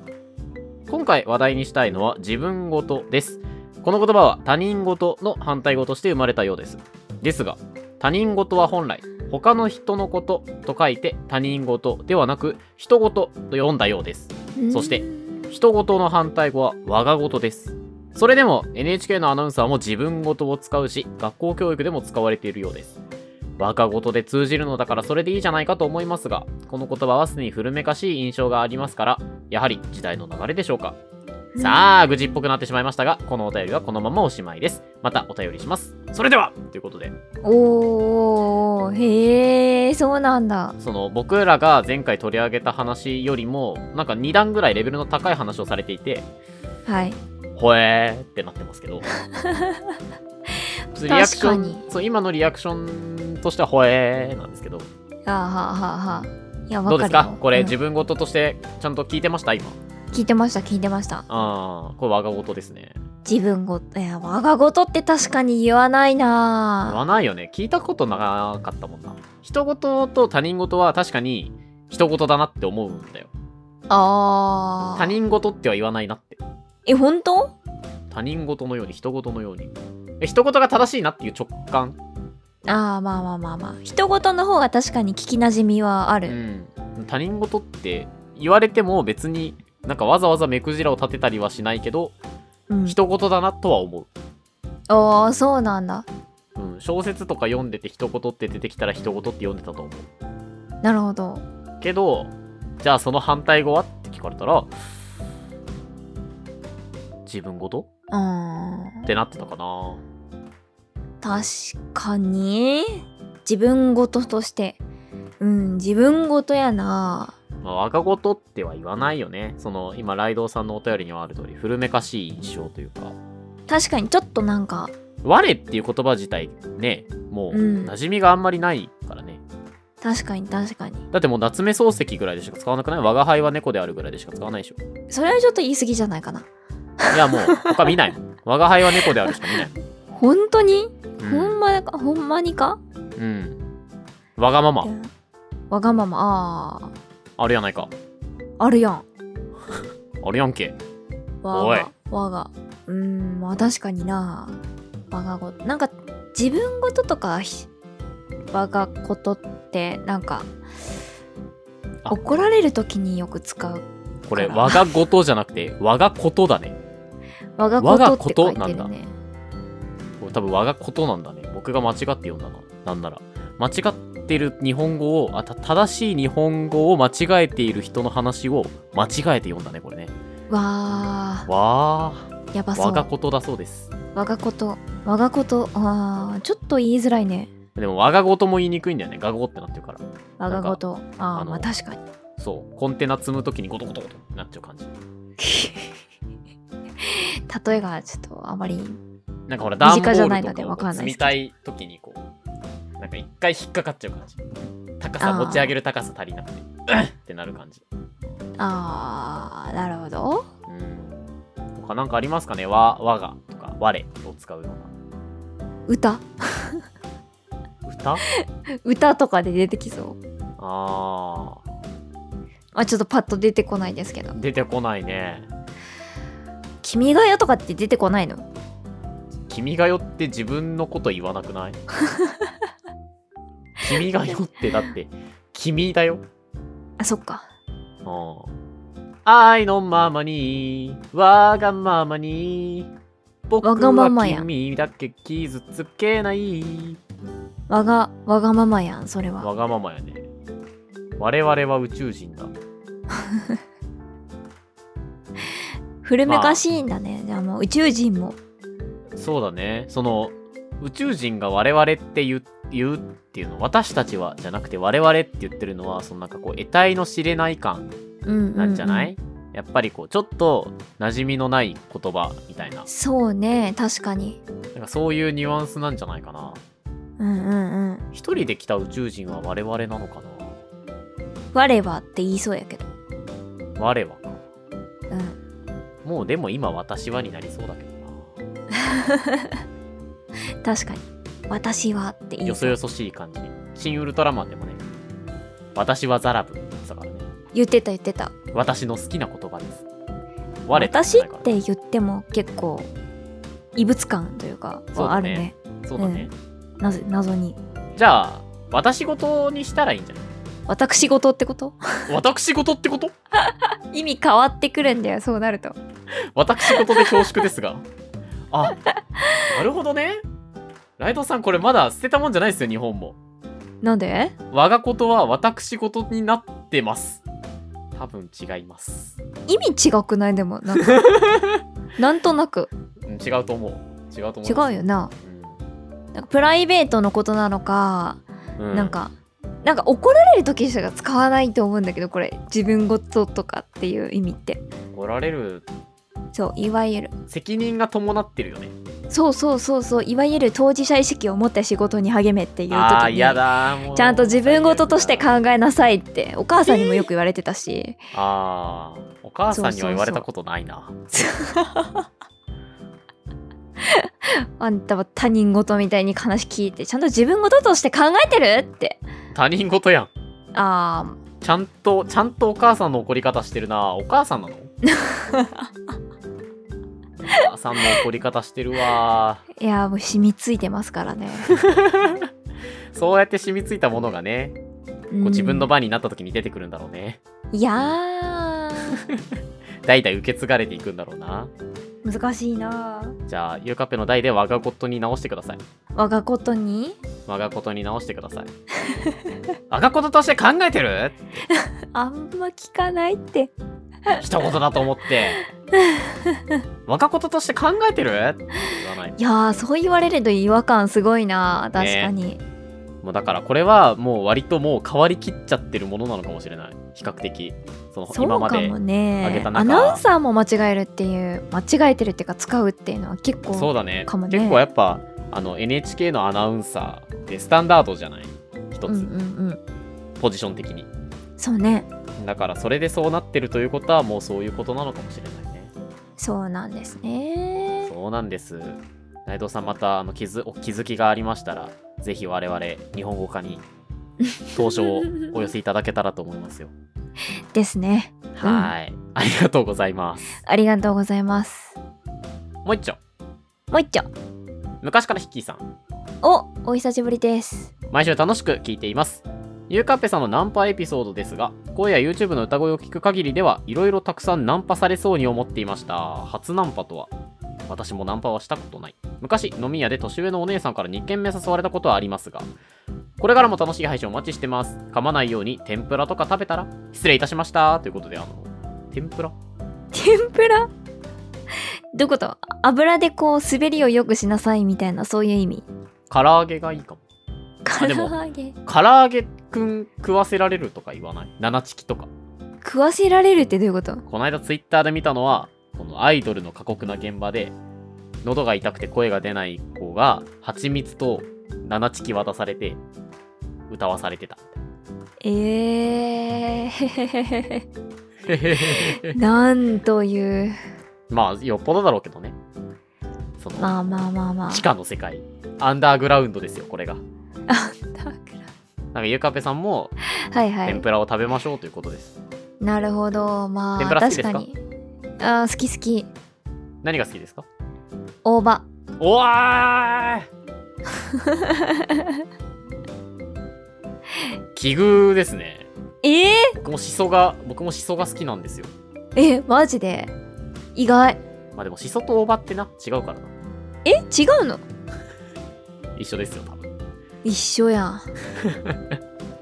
[SPEAKER 1] 今回話題にしたいのは自分ごとですこの言葉は他人事の反対語として生まれたようですですが他人事は本来他の人のことと書いて他人事ではなく人事と読んだようですそして人事の反対語は我が事ですそれでも NHK のアナウンサーも自分事を使うし学校教育でも使われているようです我が事で通じるのだからそれでいいじゃないかと思いますがこの言葉はすでに古めかしい印象がありますからやはり時代の流れでしょうかさあ愚痴っぽくなってしまいましたがこのお便りはこのままおしまいですまたお便りしますそれではということで
[SPEAKER 2] おーへえそうなんだ
[SPEAKER 1] その僕らが前回取り上げた話よりもなんか2段ぐらいレベルの高い話をされていて
[SPEAKER 2] はい
[SPEAKER 1] ほえーってなってます けどリアクション
[SPEAKER 2] 確か
[SPEAKER 1] そう今のリアクションとしてはほえーなんですけど
[SPEAKER 2] あーはあはあはあいやわかる
[SPEAKER 1] どうですか
[SPEAKER 2] よ
[SPEAKER 1] これ
[SPEAKER 2] うん
[SPEAKER 1] 自分事としてちゃんと聞いてました今
[SPEAKER 2] 聞いてました聞いてました
[SPEAKER 1] ああこれ我が事ですね
[SPEAKER 2] 自分ごといや我が事って確かに言わない
[SPEAKER 1] 言
[SPEAKER 2] な
[SPEAKER 1] わないよね聞いたことなかったもんな人事と他人事は確かに人事だなって思うんだよ
[SPEAKER 2] あー
[SPEAKER 1] 他人事っては言わないなって
[SPEAKER 2] え本当
[SPEAKER 1] 他人事のように人事のようにえ人事が正しいなっていう直感
[SPEAKER 2] ああまあまあまあまあ人事の方が確かに聞きなじみはあ
[SPEAKER 1] う
[SPEAKER 2] る、
[SPEAKER 1] ん他人事って言われても別になんかわざわざ目くじらを立てたりはしないけど
[SPEAKER 2] うん、
[SPEAKER 1] 人事だなとは思
[SPEAKER 2] ああそうなんだ
[SPEAKER 1] う、うん、小説とか読んでて人事って出てきたら人事って読んでたと思う
[SPEAKER 2] なるほど
[SPEAKER 1] けどじゃあその反対語はって聞かれたら自分事
[SPEAKER 2] うーん
[SPEAKER 1] ってなってたかな
[SPEAKER 2] 確かに自分事としてうん自分事やな
[SPEAKER 1] まあ、若事っては言わないよね。その、今、ライドウさんのお便りにはある通り、古めかしい印象というか、
[SPEAKER 2] 確かにちょっとなんか
[SPEAKER 1] 我っていう言葉自体ね、もう、
[SPEAKER 2] うん
[SPEAKER 1] 馴染みがあんまりないからね。
[SPEAKER 2] 確かに確かに
[SPEAKER 1] だってもう、夏目漱石ぐらいでしか使わなくない我が輩は猫であるぐらいでしか使わないでしょ。
[SPEAKER 2] それはちょっと言い過ぎじゃないかない
[SPEAKER 1] や、もう、他見ないもん。我が輩は猫であるしか見ない
[SPEAKER 2] 本当に、
[SPEAKER 1] も
[SPEAKER 2] ほ
[SPEAKER 1] ん。
[SPEAKER 2] んまかほんまにか、
[SPEAKER 1] うん。うん。わがまま
[SPEAKER 2] い、やわがままあ
[SPEAKER 1] あるやないか。
[SPEAKER 2] ーあるやん
[SPEAKER 1] あるやんけ。
[SPEAKER 2] わ
[SPEAKER 1] おい
[SPEAKER 2] がわがうーんまあ確かになわがごなんか自分事とかひわがことってなんか
[SPEAKER 1] あ
[SPEAKER 2] 怒られる時によく使う
[SPEAKER 1] これ、
[SPEAKER 2] かな
[SPEAKER 1] 我が事じゃなくて、我がことだね。
[SPEAKER 2] わがことって書いてるね
[SPEAKER 1] これ多分我がことなんだね。僕が間違って読んだな。なんなら。間違ってる日本語を、あた正しい日本語を間違えている人の話を間違えて読んだね、これね。
[SPEAKER 2] わ
[SPEAKER 1] わー、
[SPEAKER 2] ーやばそ
[SPEAKER 1] 我
[SPEAKER 2] う
[SPEAKER 1] がことだそうです。
[SPEAKER 2] わがことわがことあーちょっと言いづらいね
[SPEAKER 1] でも、我がことも言いにくいんだよね。がごってなってるから。
[SPEAKER 2] わがことあ
[SPEAKER 1] あ
[SPEAKER 2] ー
[SPEAKER 1] の
[SPEAKER 2] まあ確かに
[SPEAKER 1] そう。コンテナ積むときにゴトゴトゴトってなっちゃう感じ。
[SPEAKER 2] 例えがちょっとあまり
[SPEAKER 1] なんかほら、
[SPEAKER 2] 身
[SPEAKER 1] ダンボ
[SPEAKER 2] 近じゃない
[SPEAKER 1] ー
[SPEAKER 2] の
[SPEAKER 1] ル
[SPEAKER 2] で
[SPEAKER 1] と
[SPEAKER 2] わ
[SPEAKER 1] か
[SPEAKER 2] か
[SPEAKER 1] を
[SPEAKER 2] ん
[SPEAKER 1] 積
[SPEAKER 2] ないで
[SPEAKER 1] み
[SPEAKER 2] すけど
[SPEAKER 1] たいときにこう、なんか一回引っかかっちゃう感じ。高さ
[SPEAKER 2] あー
[SPEAKER 1] 持ち上げる高さ足りなくて、うんってなる感じ。
[SPEAKER 2] あーなるほど
[SPEAKER 1] うん。他なんかありますかねわ、我がとか、我を使うよう
[SPEAKER 2] 歌
[SPEAKER 1] な。歌
[SPEAKER 2] 歌とかで出てきそう
[SPEAKER 1] あ
[SPEAKER 2] まあちょっとパッと出てこないですけど
[SPEAKER 1] ー、出てこないね。
[SPEAKER 2] 「君が代」とかって出てこないの
[SPEAKER 1] 君が代って自分のこと言わなくない君が代ってだって、君だよ。
[SPEAKER 2] あそっか
[SPEAKER 1] うん。愛のままに、わがままに、僕
[SPEAKER 2] わがまま
[SPEAKER 1] は
[SPEAKER 2] や
[SPEAKER 1] 君だけ傷つけない。
[SPEAKER 2] わがわがままやんそれは
[SPEAKER 1] わがままやね。我々は宇宙人だ。
[SPEAKER 2] 古めかしいんだね、じゃあもう宇宙人も
[SPEAKER 1] そうだね。その、宇宙人が我々って言う言うっていうの、私たちはじゃなくて我々って言ってるのは、そのなんかこう、得体の知れない感
[SPEAKER 2] うんうんうん
[SPEAKER 1] なんじゃない、やっぱりこう、ちょっと馴染みのない言葉みたいな、
[SPEAKER 2] そうね確かに
[SPEAKER 1] なんかそういうニュアンスなんじゃないかな。
[SPEAKER 2] うんうんうん
[SPEAKER 1] 一人で来た宇宙人は我々なのかな
[SPEAKER 2] 我はって言いそうやけど
[SPEAKER 1] 我はか。
[SPEAKER 2] うん
[SPEAKER 1] もうでも今私はになりそうだけどな。
[SPEAKER 2] 確かに「私は」って言
[SPEAKER 1] よ
[SPEAKER 2] い
[SPEAKER 1] そ
[SPEAKER 2] そう
[SPEAKER 1] よそしい感じ。新ウルトラマンでもね、私はザラブって言ってたからね。
[SPEAKER 2] 言ってた言ってた
[SPEAKER 1] 私の好きな言葉です。
[SPEAKER 2] 「
[SPEAKER 1] 我って
[SPEAKER 2] 私」
[SPEAKER 1] 言ってない
[SPEAKER 2] っ
[SPEAKER 1] からね
[SPEAKER 2] て言っても結構異物感というか
[SPEAKER 1] そう
[SPEAKER 2] はあ
[SPEAKER 1] だね
[SPEAKER 2] るね
[SPEAKER 1] そうだね、
[SPEAKER 2] なぜ謎に
[SPEAKER 1] じゃあ私事にしたらいいんじゃな
[SPEAKER 2] 私事ってこと
[SPEAKER 1] い私事ってこと
[SPEAKER 2] 意味変わってくるんだよそうなると
[SPEAKER 1] 私事で恐縮ですがあなるほどねライドさんこれまだ捨てたもんじゃないですよ日本も
[SPEAKER 2] なんで
[SPEAKER 1] 我がことは私事になってます多分違います
[SPEAKER 2] 意味違くないでも なんかなんとなく
[SPEAKER 1] うん違うと思う違うと思
[SPEAKER 2] 違うよな
[SPEAKER 1] う
[SPEAKER 2] なんかプライベートのことなのか、
[SPEAKER 1] ん、う
[SPEAKER 2] なんかなんか怒られる時しか使わないと思うんだけどこれ自分事とかっていう意味って
[SPEAKER 1] おられる
[SPEAKER 2] そういわゆる
[SPEAKER 1] 責任が伴ってるよね
[SPEAKER 2] そうそうそうそういわゆる当事者意識を持って仕事に励めっていう時
[SPEAKER 1] ああー
[SPEAKER 2] に
[SPEAKER 1] 嫌だもう
[SPEAKER 2] ちゃんと自分事として考えなさいってお母さんにもよく言われてたし、
[SPEAKER 1] ああお母さんには言われたことないな
[SPEAKER 2] あんたは他人事みたいに話聞いてちゃんと自分事として考えてるって
[SPEAKER 1] 他人事やん
[SPEAKER 2] あ
[SPEAKER 1] ちゃんとちゃんとお母さんの怒り方してるなお母さんなのお母さんの怒り方してるわ
[SPEAKER 2] ーいやーもう染みついてますから ね
[SPEAKER 1] そうやって染みついたものがねこう自分の番になった時に出てくるんだろうね
[SPEAKER 2] うんいや
[SPEAKER 1] 代々受け継がれていくんだろうな
[SPEAKER 2] ー難しいなー
[SPEAKER 1] じゃあゆうかっぺの代で我がことに直してください
[SPEAKER 2] 我がことに
[SPEAKER 1] 我がことに直してくださ い我がこととして考えてる
[SPEAKER 2] あんま聞かないって
[SPEAKER 1] 一言だと思って我がこととして考えてるって言わない
[SPEAKER 2] いやーそう言われると違和感すごいなー確かに、
[SPEAKER 1] もうだからこれはもう割ともう変わりきっちゃってるものなのかもしれない比較的その
[SPEAKER 2] そう
[SPEAKER 1] 今ま
[SPEAKER 2] か
[SPEAKER 1] で
[SPEAKER 2] も
[SPEAKER 1] あげ
[SPEAKER 2] ね
[SPEAKER 1] た中
[SPEAKER 2] アナウンサーも間違えるっていう間違えてるっていうか使うっていうのは結構
[SPEAKER 1] そうだね
[SPEAKER 2] かもね
[SPEAKER 1] 結構やっぱあの NHK のアナウンサーってスタンダードじゃない一
[SPEAKER 2] うんうん
[SPEAKER 1] つ
[SPEAKER 2] うん
[SPEAKER 1] ポジション的に
[SPEAKER 2] そうね
[SPEAKER 1] だからそれでそうなってるということはもうそういうことなのかもしれないね
[SPEAKER 2] そうなんですね
[SPEAKER 1] そうなんです内藤さんまたあの気づお気づきがありましたらぜひ我々日本語化に投書をお寄せいただけたらと思いますよ
[SPEAKER 2] ですね
[SPEAKER 1] はいありがとうございます
[SPEAKER 2] ありがとうございます
[SPEAKER 1] もう一丁
[SPEAKER 2] もう一丁
[SPEAKER 1] 昔からヒッキーさん
[SPEAKER 2] おお久しぶりです
[SPEAKER 1] 毎週楽しく聞いていますゆうかっぺさんのナンパエピソードですが声や YouTube の歌声を聞く限りではいろいろたくさんナンパされそうに思っていました初ナンパとは私もナンパはしたことない昔飲み屋で年上のお姉さんから2軒目誘われたことはありますがこれからも楽しい配信お待ちしてます噛まないように天ぷらとか食べたら失礼いたしましたということであの天ぷら
[SPEAKER 2] 天ぷらど ういうこと油でこう滑りを良くしなさいみたいなそういう意味
[SPEAKER 1] 唐揚げがいいかも
[SPEAKER 2] 唐
[SPEAKER 1] あでも
[SPEAKER 2] 揚げ
[SPEAKER 1] 唐揚げくん食わせられるとか言わない七チキとか
[SPEAKER 2] 食わせられるってどういうこと
[SPEAKER 1] この間ツイッターで見たのはこのアイドルの過酷な現場で喉が痛くて声が出ない子が蜂蜜と七チキ渡されて歌わされて た
[SPEAKER 2] え ー、なんという
[SPEAKER 1] まあよっぽどだろうけどねその、
[SPEAKER 2] まあまあまあまあ
[SPEAKER 1] 地下の世界アンダーグラウンドですよこれが
[SPEAKER 2] だから
[SPEAKER 1] なんかゆかぺさんも
[SPEAKER 2] はいは
[SPEAKER 1] 天
[SPEAKER 2] い
[SPEAKER 1] ぷらを食べましょうということです、
[SPEAKER 2] なるほどま
[SPEAKER 1] 天
[SPEAKER 2] あ
[SPEAKER 1] ぷら好きで
[SPEAKER 2] 確
[SPEAKER 1] すか
[SPEAKER 2] かにあー好き好き
[SPEAKER 1] 何が好きですか
[SPEAKER 2] 大葉
[SPEAKER 1] おわー 奇遇ですね
[SPEAKER 2] えー、
[SPEAKER 1] 僕もしそが僕もしそが好きなんですよ
[SPEAKER 2] えマジで意外
[SPEAKER 1] まあでもしそと大葉ってな違うからな
[SPEAKER 2] え違うの
[SPEAKER 1] 一緒ですよ多分
[SPEAKER 2] 一緒や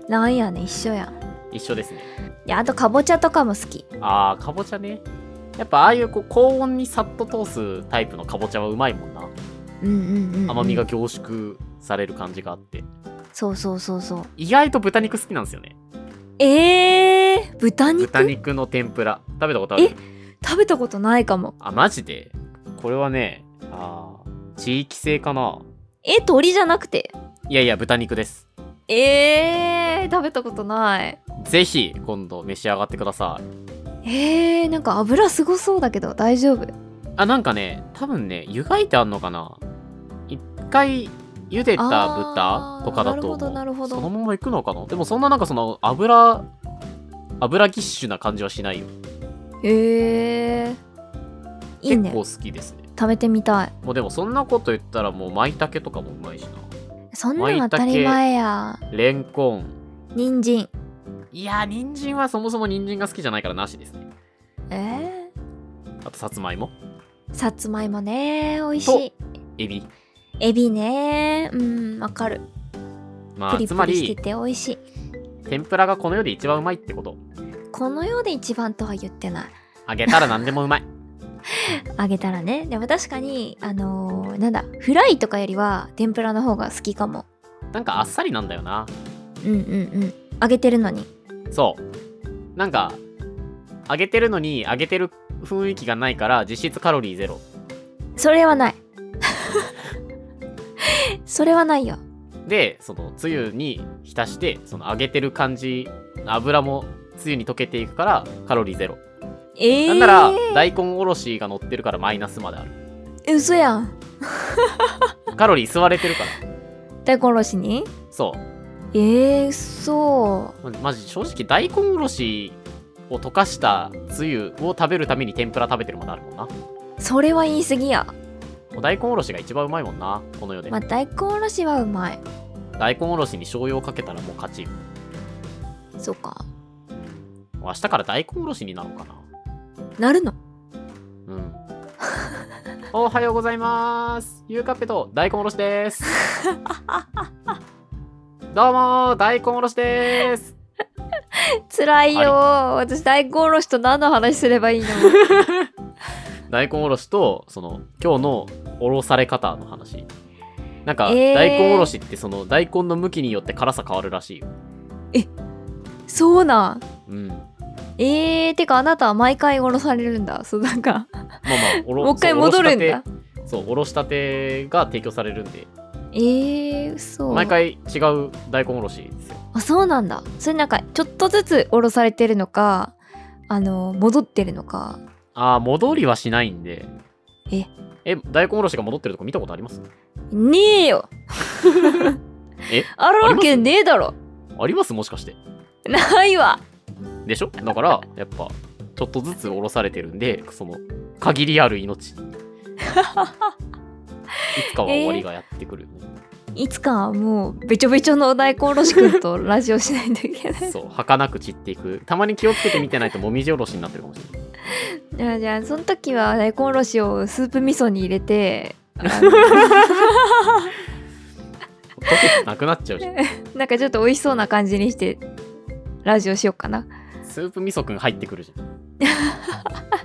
[SPEAKER 2] んなんやねん一緒やん
[SPEAKER 1] 一緒ですね
[SPEAKER 2] いやあとかぼちゃとかも好き
[SPEAKER 1] あーかぼちゃねやっぱああいうこう高温にさっと通すタイプのかぼちゃはうまいもんな
[SPEAKER 2] うんうんうん、うん、
[SPEAKER 1] 甘みが凝縮される感じがあって
[SPEAKER 2] そうそうそうそう
[SPEAKER 1] 意外と豚肉好きなんですよね
[SPEAKER 2] えー、豚肉
[SPEAKER 1] 豚肉の天ぷら食べたことある
[SPEAKER 2] え食べたことないかも
[SPEAKER 1] あマジでこれはねあー地域性かな
[SPEAKER 2] え鳥じゃなくて
[SPEAKER 1] いやいや豚肉です
[SPEAKER 2] えー、食べたことない
[SPEAKER 1] ぜひ今度召し上がってください
[SPEAKER 2] えー、なんか油すごそうだけど大丈夫
[SPEAKER 1] あなんかね多分ね湯がいてあんのかな一回茹でた
[SPEAKER 2] あ
[SPEAKER 1] 豚と
[SPEAKER 2] ー
[SPEAKER 1] かだと思う
[SPEAKER 2] なるほどなるほど
[SPEAKER 1] そのままいくのかなでもそんななんかその油油ぎっしゅな感じはしないよ
[SPEAKER 2] えー、いいね
[SPEAKER 1] 結構好きですね
[SPEAKER 2] 食べてみたい
[SPEAKER 1] もうでもそんなこと言ったらもう舞茸とかもうまいし
[SPEAKER 2] そんなん当たり前や
[SPEAKER 1] なレンコン
[SPEAKER 2] 人参
[SPEAKER 1] いやー人参はそもそも人参が好きじゃないからなしですね
[SPEAKER 2] え
[SPEAKER 1] あとさつまいも
[SPEAKER 2] ー、さつまいもね美味しい
[SPEAKER 1] エビ
[SPEAKER 2] エビねうんわかる
[SPEAKER 1] ま
[SPEAKER 2] プ
[SPEAKER 1] あ
[SPEAKER 2] リ
[SPEAKER 1] つ
[SPEAKER 2] プ
[SPEAKER 1] ま
[SPEAKER 2] リして
[SPEAKER 1] り
[SPEAKER 2] て美味しい
[SPEAKER 1] 天ぷらがこの世で一番うまいってこと
[SPEAKER 2] この世で一番とは言ってない
[SPEAKER 1] 揚げたら何でもうまい
[SPEAKER 2] あげたらねでも確かにあのーなんだフライとかよりは天ぷらの方が好きかも
[SPEAKER 1] なんかあっさりなんだよな
[SPEAKER 2] うんうんうん揚げてるのに
[SPEAKER 1] そう。なんか、揚げてるのに、揚げてる雰囲気がないから、実質カロリーゼロ。
[SPEAKER 2] それはない それはないよ
[SPEAKER 1] で、その、つゆに浸して、その、揚げてる感じ、油も、つゆに溶けていくから、カロリーゼロ。
[SPEAKER 2] えー、
[SPEAKER 1] なんなら、大根おろしが乗ってるから、マイナスまである。
[SPEAKER 2] え嘘やん
[SPEAKER 1] カロリー吸われてるから
[SPEAKER 2] 大根おろしに
[SPEAKER 1] そ
[SPEAKER 2] ええー、そう
[SPEAKER 1] うマジ正直大根おろしを溶かしたつゆを食べるために天ぷら食べてるものあるもんな
[SPEAKER 2] それは言い過ぎや
[SPEAKER 1] もう大根おろしが一番うまいもんなこの世で、
[SPEAKER 2] まあ大根おろしはうまい
[SPEAKER 1] 大根おろしに醤油をかけたらもう勝ちよ
[SPEAKER 2] そうか
[SPEAKER 1] 明日から大根おろしになろうかな
[SPEAKER 2] なるの
[SPEAKER 1] うん おはようございますゆうかっぺと大根おろしです どうも大根おろしです
[SPEAKER 2] 辛いよ私大根おろしと何の話すればいいの
[SPEAKER 1] 大根おろしとその今日のおろされ方の話なんか、
[SPEAKER 2] えー
[SPEAKER 1] 大根おろしってその大根の向きによって辛さ変わるらしいよ
[SPEAKER 2] そうなん
[SPEAKER 1] うんま
[SPEAKER 2] えー、てかあなたは毎回おろされるんだそうなんか
[SPEAKER 1] あまあおろ
[SPEAKER 2] もう一回
[SPEAKER 1] そうおろ
[SPEAKER 2] 戻
[SPEAKER 1] した
[SPEAKER 2] る
[SPEAKER 1] て
[SPEAKER 2] んだ
[SPEAKER 1] そうおろしたてが提供されるんで
[SPEAKER 2] えー、そう
[SPEAKER 1] 毎回違う大根おろしですよ
[SPEAKER 2] あそうなんだそれなんかちょっとずつおろされてるのかあの戻ってるのか
[SPEAKER 1] ああ戻りはしないんで
[SPEAKER 2] え
[SPEAKER 1] え大根おろしが戻ってるとこ見たことあります
[SPEAKER 2] ねえよ
[SPEAKER 1] え
[SPEAKER 2] あるわけねえだろ
[SPEAKER 1] ありますもしかして
[SPEAKER 2] ないわ
[SPEAKER 1] でしょだからやっぱちょっとずつおろされてるんでその限りある命い つかは終わりがやってくるよね、
[SPEAKER 2] いつかはもうべちょべちょの大根おろしくんとラジオしないといけない
[SPEAKER 1] そう儚く散っていくたまに気をつけて見てないともみじおろしになってるかもしれない
[SPEAKER 2] じゃあじゃあその時は大根おろしをスープ味噌に入れてあ
[SPEAKER 1] 溶けてなくなっちゃうし
[SPEAKER 2] のなんかちょっと美味しそうな感じにしてラジオしようかな
[SPEAKER 1] スープみそくん入ってくるじゃん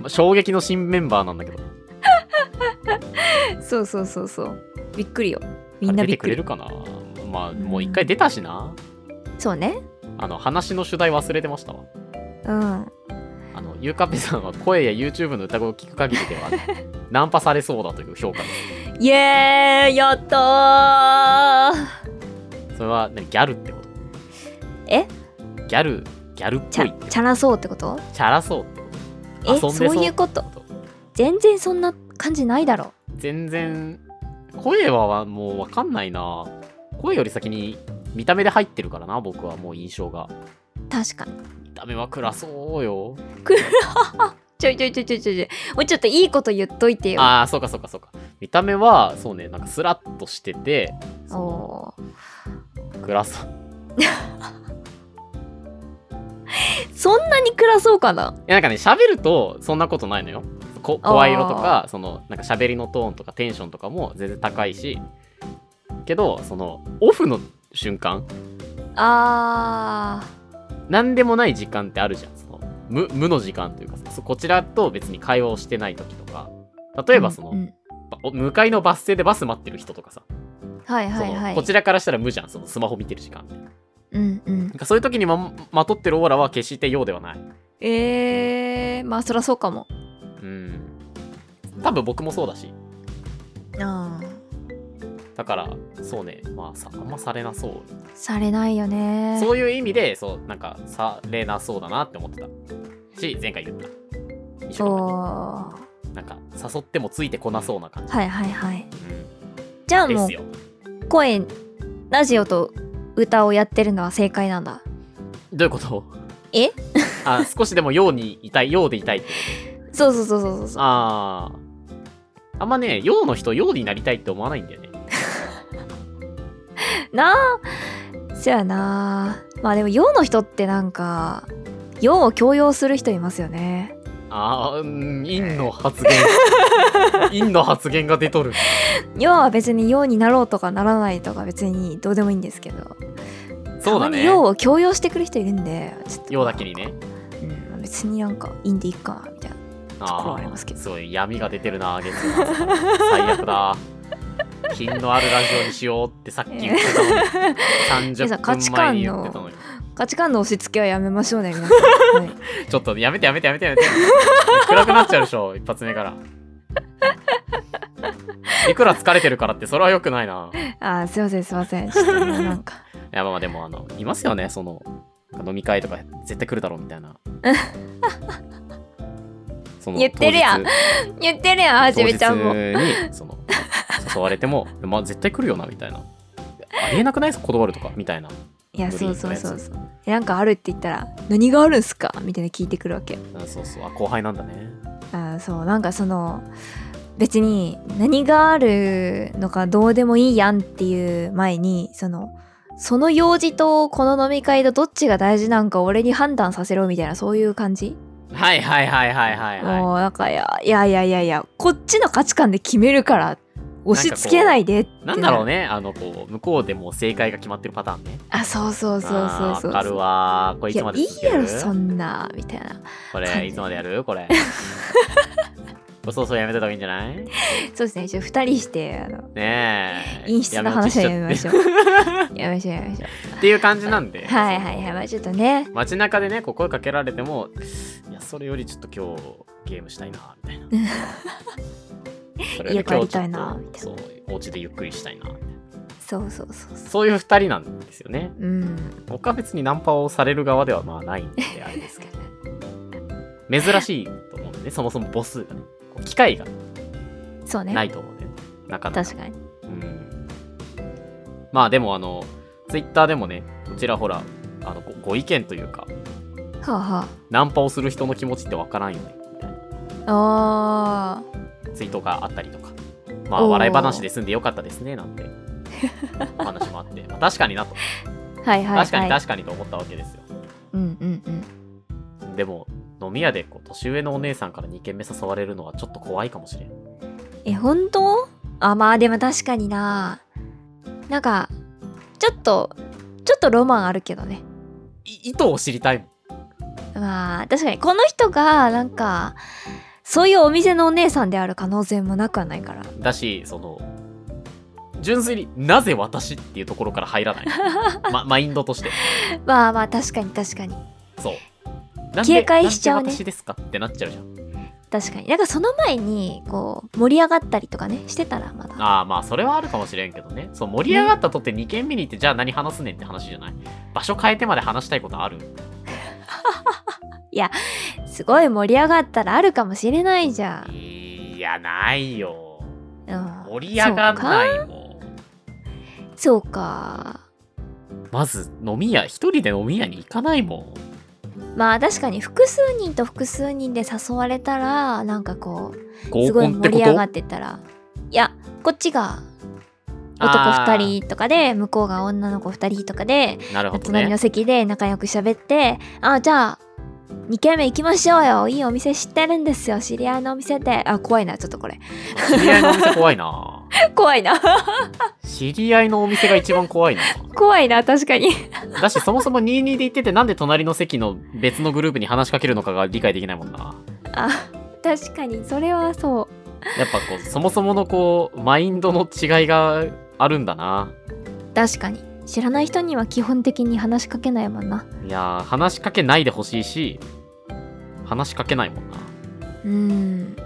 [SPEAKER 1] まあ衝撃の新メンバーなんだけど
[SPEAKER 2] そうそうそうそうびっくりよみん
[SPEAKER 1] あ
[SPEAKER 2] な
[SPEAKER 1] れ出
[SPEAKER 2] び
[SPEAKER 1] て
[SPEAKER 2] っ
[SPEAKER 1] く
[SPEAKER 2] く
[SPEAKER 1] れ
[SPEAKER 2] り
[SPEAKER 1] るかなまあもう一回出たしな
[SPEAKER 2] そうね
[SPEAKER 1] あの話の主題忘れてましたわ
[SPEAKER 2] うん
[SPEAKER 1] あのゆうかぺさんは声や YouTube の歌声を聞く限りで はナンパされそうだという評価で
[SPEAKER 2] イエーイやったー
[SPEAKER 1] すそれは、ね、ギャルってこと
[SPEAKER 2] え
[SPEAKER 1] ギャルギャルっ
[SPEAKER 2] チ
[SPEAKER 1] ぽいってこ
[SPEAKER 2] ャ
[SPEAKER 1] と
[SPEAKER 2] チャラそうってこと
[SPEAKER 1] チャラそうってこと
[SPEAKER 2] え
[SPEAKER 1] 遊んでそう
[SPEAKER 2] そういうこと全然そんな感じないだろ
[SPEAKER 1] 全然声はわもう分かんないな声より先に見た目で入ってるからな僕はもう印象が
[SPEAKER 2] 確かに
[SPEAKER 1] 見た目は暗そうよ
[SPEAKER 2] ちょいちょいちょいちょいちょいもうちょっといいこと言っといてよ
[SPEAKER 1] ああそうかそうかそうか見た目はそうねなんかスラッとしててその
[SPEAKER 2] おー
[SPEAKER 1] 暗そう
[SPEAKER 2] そんなに暗そうかない
[SPEAKER 1] やなんかね喋るとそんなことないのよこ声色とかそのなんか喋りのトーンとかテンションとかも全然高いしけどそのオフの瞬間
[SPEAKER 2] あ
[SPEAKER 1] 何でもない時間ってあるじゃんその無無の時間というかそこちらと別に会話をしてない時とか
[SPEAKER 2] ー
[SPEAKER 1] 例えばその、
[SPEAKER 2] うんうん
[SPEAKER 1] ばお向かいのバス停でバス待ってる人とかさ、
[SPEAKER 2] はいはいは
[SPEAKER 1] その
[SPEAKER 2] い
[SPEAKER 1] こちらからしたら無じゃんそのスマホ見てる時間なん
[SPEAKER 2] うんうん
[SPEAKER 1] かそういう時にままとってるオーラは決してようではない
[SPEAKER 2] えー、まあそらそうかも
[SPEAKER 1] うん多分僕もそうだし
[SPEAKER 2] あ
[SPEAKER 1] だからそうねまあさあんまされなそう
[SPEAKER 2] されないよね
[SPEAKER 1] そういう意味でそうなんかされなそうだなって思ってたし前回言った一緒
[SPEAKER 2] おー
[SPEAKER 1] になんか誘ってもついてこなそうな感じ、
[SPEAKER 2] はいはいは
[SPEAKER 1] う
[SPEAKER 2] い
[SPEAKER 1] ん
[SPEAKER 2] じゃあも
[SPEAKER 1] で
[SPEAKER 2] う
[SPEAKER 1] すよ
[SPEAKER 2] 声ラジオと歌をやってるのは正解なんだ
[SPEAKER 1] どういうこと
[SPEAKER 2] え
[SPEAKER 1] あ少しでもようにいたいようでいたいってこ
[SPEAKER 2] そうそうそうそうそう
[SPEAKER 1] と
[SPEAKER 2] そう
[SPEAKER 1] あああんまねようの人ようになりたいって思わないんだよね
[SPEAKER 2] なあそやなまあでも陽の人ってなんか陽を強要する人いますよね
[SPEAKER 1] ああ陰の発言陰の発言が出とる
[SPEAKER 2] 陽は別に陽になろうとかならないとか別にどうでもいいんですけど
[SPEAKER 1] そうだね
[SPEAKER 2] 陽
[SPEAKER 1] よ
[SPEAKER 2] を強要してくる人いるんでちょっと
[SPEAKER 1] うだけにね
[SPEAKER 2] うん、別になんかいいんでいいかみたいなところはありますけど
[SPEAKER 1] すごい闇が出てる な月曜朝から最悪だ品のあるラジオにしようってさっき言ってたのに
[SPEAKER 2] 皆さん価値
[SPEAKER 1] 30分前
[SPEAKER 2] 観
[SPEAKER 1] に
[SPEAKER 2] の
[SPEAKER 1] 言ってたのに
[SPEAKER 2] 価値観の押し付けはやめましょうね皆さん、はい、
[SPEAKER 1] ちょっとやめてやめてやめてやめて暗くなっちゃうでしょ一 発目からいくら疲れてるからってそれは良くないな
[SPEAKER 2] あーすいませんすいませんちょっ とねなんか
[SPEAKER 1] いやまあまあでもあのいますよねその飲み会とか絶対来るだろうみた いなその
[SPEAKER 2] 言ってるやん
[SPEAKER 1] 当日
[SPEAKER 2] 言ってるやんはじめちゃん
[SPEAKER 1] 当
[SPEAKER 2] も
[SPEAKER 1] 日にその誘われて も、まあ、絶対来るよなみたいな。ありえなくないですか断るとかみたいな。
[SPEAKER 2] いや
[SPEAKER 1] 無理
[SPEAKER 2] そ
[SPEAKER 1] な
[SPEAKER 2] うそうそう
[SPEAKER 1] やつ
[SPEAKER 2] そうえなんかあるって言ったら「何があるんすか?」みたいな聞いてくるわけ
[SPEAKER 1] うんそうそう。あ後輩なんだね。
[SPEAKER 2] あーそうなんかその別に何があるのかどうでもいいやんっていう前にそのその用事とこの飲み会とどっちが大事なんか俺に判断させろみたいなそういう感じ、
[SPEAKER 1] はいはいはいはいはいは
[SPEAKER 2] もうなんかいやいやいやいやいやこっちの価値観で決めるから押し付けないでって
[SPEAKER 1] い。なんだろう
[SPEAKER 2] ね
[SPEAKER 1] ね、あの、こう、向こうでもう正解が決まってるパターンね。
[SPEAKER 2] あそうそうそうそう
[SPEAKER 1] あー
[SPEAKER 2] そう
[SPEAKER 1] わかるわー。これい
[SPEAKER 2] い
[SPEAKER 1] つ
[SPEAKER 2] や
[SPEAKER 1] まで
[SPEAKER 2] い
[SPEAKER 1] 続
[SPEAKER 2] い
[SPEAKER 1] け
[SPEAKER 2] や
[SPEAKER 1] る
[SPEAKER 2] ろそんなみたいな
[SPEAKER 1] こ
[SPEAKER 2] 感じ
[SPEAKER 1] れ、いつまでや るこれ。そうそうやめてた方がいいんじゃない
[SPEAKER 2] そうですねちょっと二人してあの
[SPEAKER 1] ねえ。
[SPEAKER 2] 陰湿な話はやめま
[SPEAKER 1] ょ
[SPEAKER 2] しょう やめましょうやめましょう
[SPEAKER 1] う。っていう感じなんで。
[SPEAKER 2] はいはいはい、まあちょっとね、
[SPEAKER 1] 街中でねこう声かけられてもいやそれよりちょっと今日ゲームしたいなみたいな それより今日ちょっと
[SPEAKER 2] 家帰りたいなみたい
[SPEAKER 1] そうお家でゆっくりしたいな
[SPEAKER 2] そうそうそうそ
[SPEAKER 1] そういう2人なんですよね
[SPEAKER 2] う。うん。
[SPEAKER 1] 僕は別にナンパをされる側ではまあないんであれですけど 珍しいと思うんでねそもそも母数がねこう機会が
[SPEAKER 2] そうね。
[SPEAKER 1] ないと思うんでねなかなか
[SPEAKER 2] 確かに。
[SPEAKER 1] うんまあでもあのツイッターでもねこちらほらあのごご意見というか
[SPEAKER 2] はあは
[SPEAKER 1] ナンパをする人の気持ちってわからんよねみたいな
[SPEAKER 2] あ。あ
[SPEAKER 1] ツイートがあったりとか、ま
[SPEAKER 2] お
[SPEAKER 1] あ、
[SPEAKER 2] ー
[SPEAKER 1] 笑い話で済んでよかったですね なんてお話もあって、まあ、確かになと、
[SPEAKER 2] あ。 はいはいはい。
[SPEAKER 1] 確かに確かにと思ったわけですよ。
[SPEAKER 2] うんうんうん。
[SPEAKER 1] でも、飲み屋でこう年上のお姉さんから2軒目誘われるのはちょっと怖いかもしれん。
[SPEAKER 2] え、本当あ、まあでも確かにな。なんか、ちょっと、ちょっとロマンあるけどね。
[SPEAKER 1] い意図を知りたいもん。
[SPEAKER 2] まあ確かに、この人が、なんか、そういうお店のお姉さんである可能性もなくはないから。
[SPEAKER 1] だし、その、純粋になぜ私っていうところから入らない。 ま、マインドとして。
[SPEAKER 2] まあまあ確かに確かに。
[SPEAKER 1] そう。なんで
[SPEAKER 2] 警戒しちゃ
[SPEAKER 1] な
[SPEAKER 2] うね
[SPEAKER 1] んで私ですかってなっちゃうじゃん。
[SPEAKER 2] 確かに。なんかその前に、こう、盛り上がったりとかね、してたらまだ。
[SPEAKER 1] ああ、まあ、それはあるかもしれんけどね。そう、盛り上がったとって2軒目に行って、じゃあ何話すねんって話じゃない。場所変えてまで話したいことある
[SPEAKER 2] すごい盛り上がったらあるかもしれないじゃん。
[SPEAKER 1] いや、ないよ。
[SPEAKER 2] うん
[SPEAKER 1] 盛り上がん
[SPEAKER 2] い
[SPEAKER 1] ないもん。
[SPEAKER 2] そうか
[SPEAKER 1] まず、飲み屋、一人で飲み屋に行かないもん。
[SPEAKER 2] まあ確かに複数人と複数人で誘われたらなんかこう
[SPEAKER 1] 合
[SPEAKER 2] すご
[SPEAKER 1] コ
[SPEAKER 2] い
[SPEAKER 1] ンって
[SPEAKER 2] 盛
[SPEAKER 1] こ
[SPEAKER 2] り上がっ
[SPEAKER 1] と
[SPEAKER 2] てたらいやこっちが男
[SPEAKER 1] あー
[SPEAKER 2] 2人とかで向こうが女の子2人とかで
[SPEAKER 1] なるほど
[SPEAKER 2] 隣の
[SPEAKER 1] ね。
[SPEAKER 2] 席で仲良く喋ってあじゃあ2軒目行きましょうよいいお店知ってるんですよ知り合いのお店であ怖いなちょっと これ
[SPEAKER 1] 知り合いのお店怖いな。
[SPEAKER 2] 怖いな
[SPEAKER 1] 知り合いのお店が一番怖いな。
[SPEAKER 2] 怖いな確かに
[SPEAKER 1] だし、そもそも22で行ってて、なんで隣の席の別のグループに話しかけるのかが理解できないもんな。
[SPEAKER 2] あ確かにそれはそう
[SPEAKER 1] やっぱこう、そもそものこう、マインドの違いがあるんだな。
[SPEAKER 2] 確かに知らない人には基本的に話しかけないもんない
[SPEAKER 1] やー話しかけないでほしいし話しかけないもんな
[SPEAKER 2] うん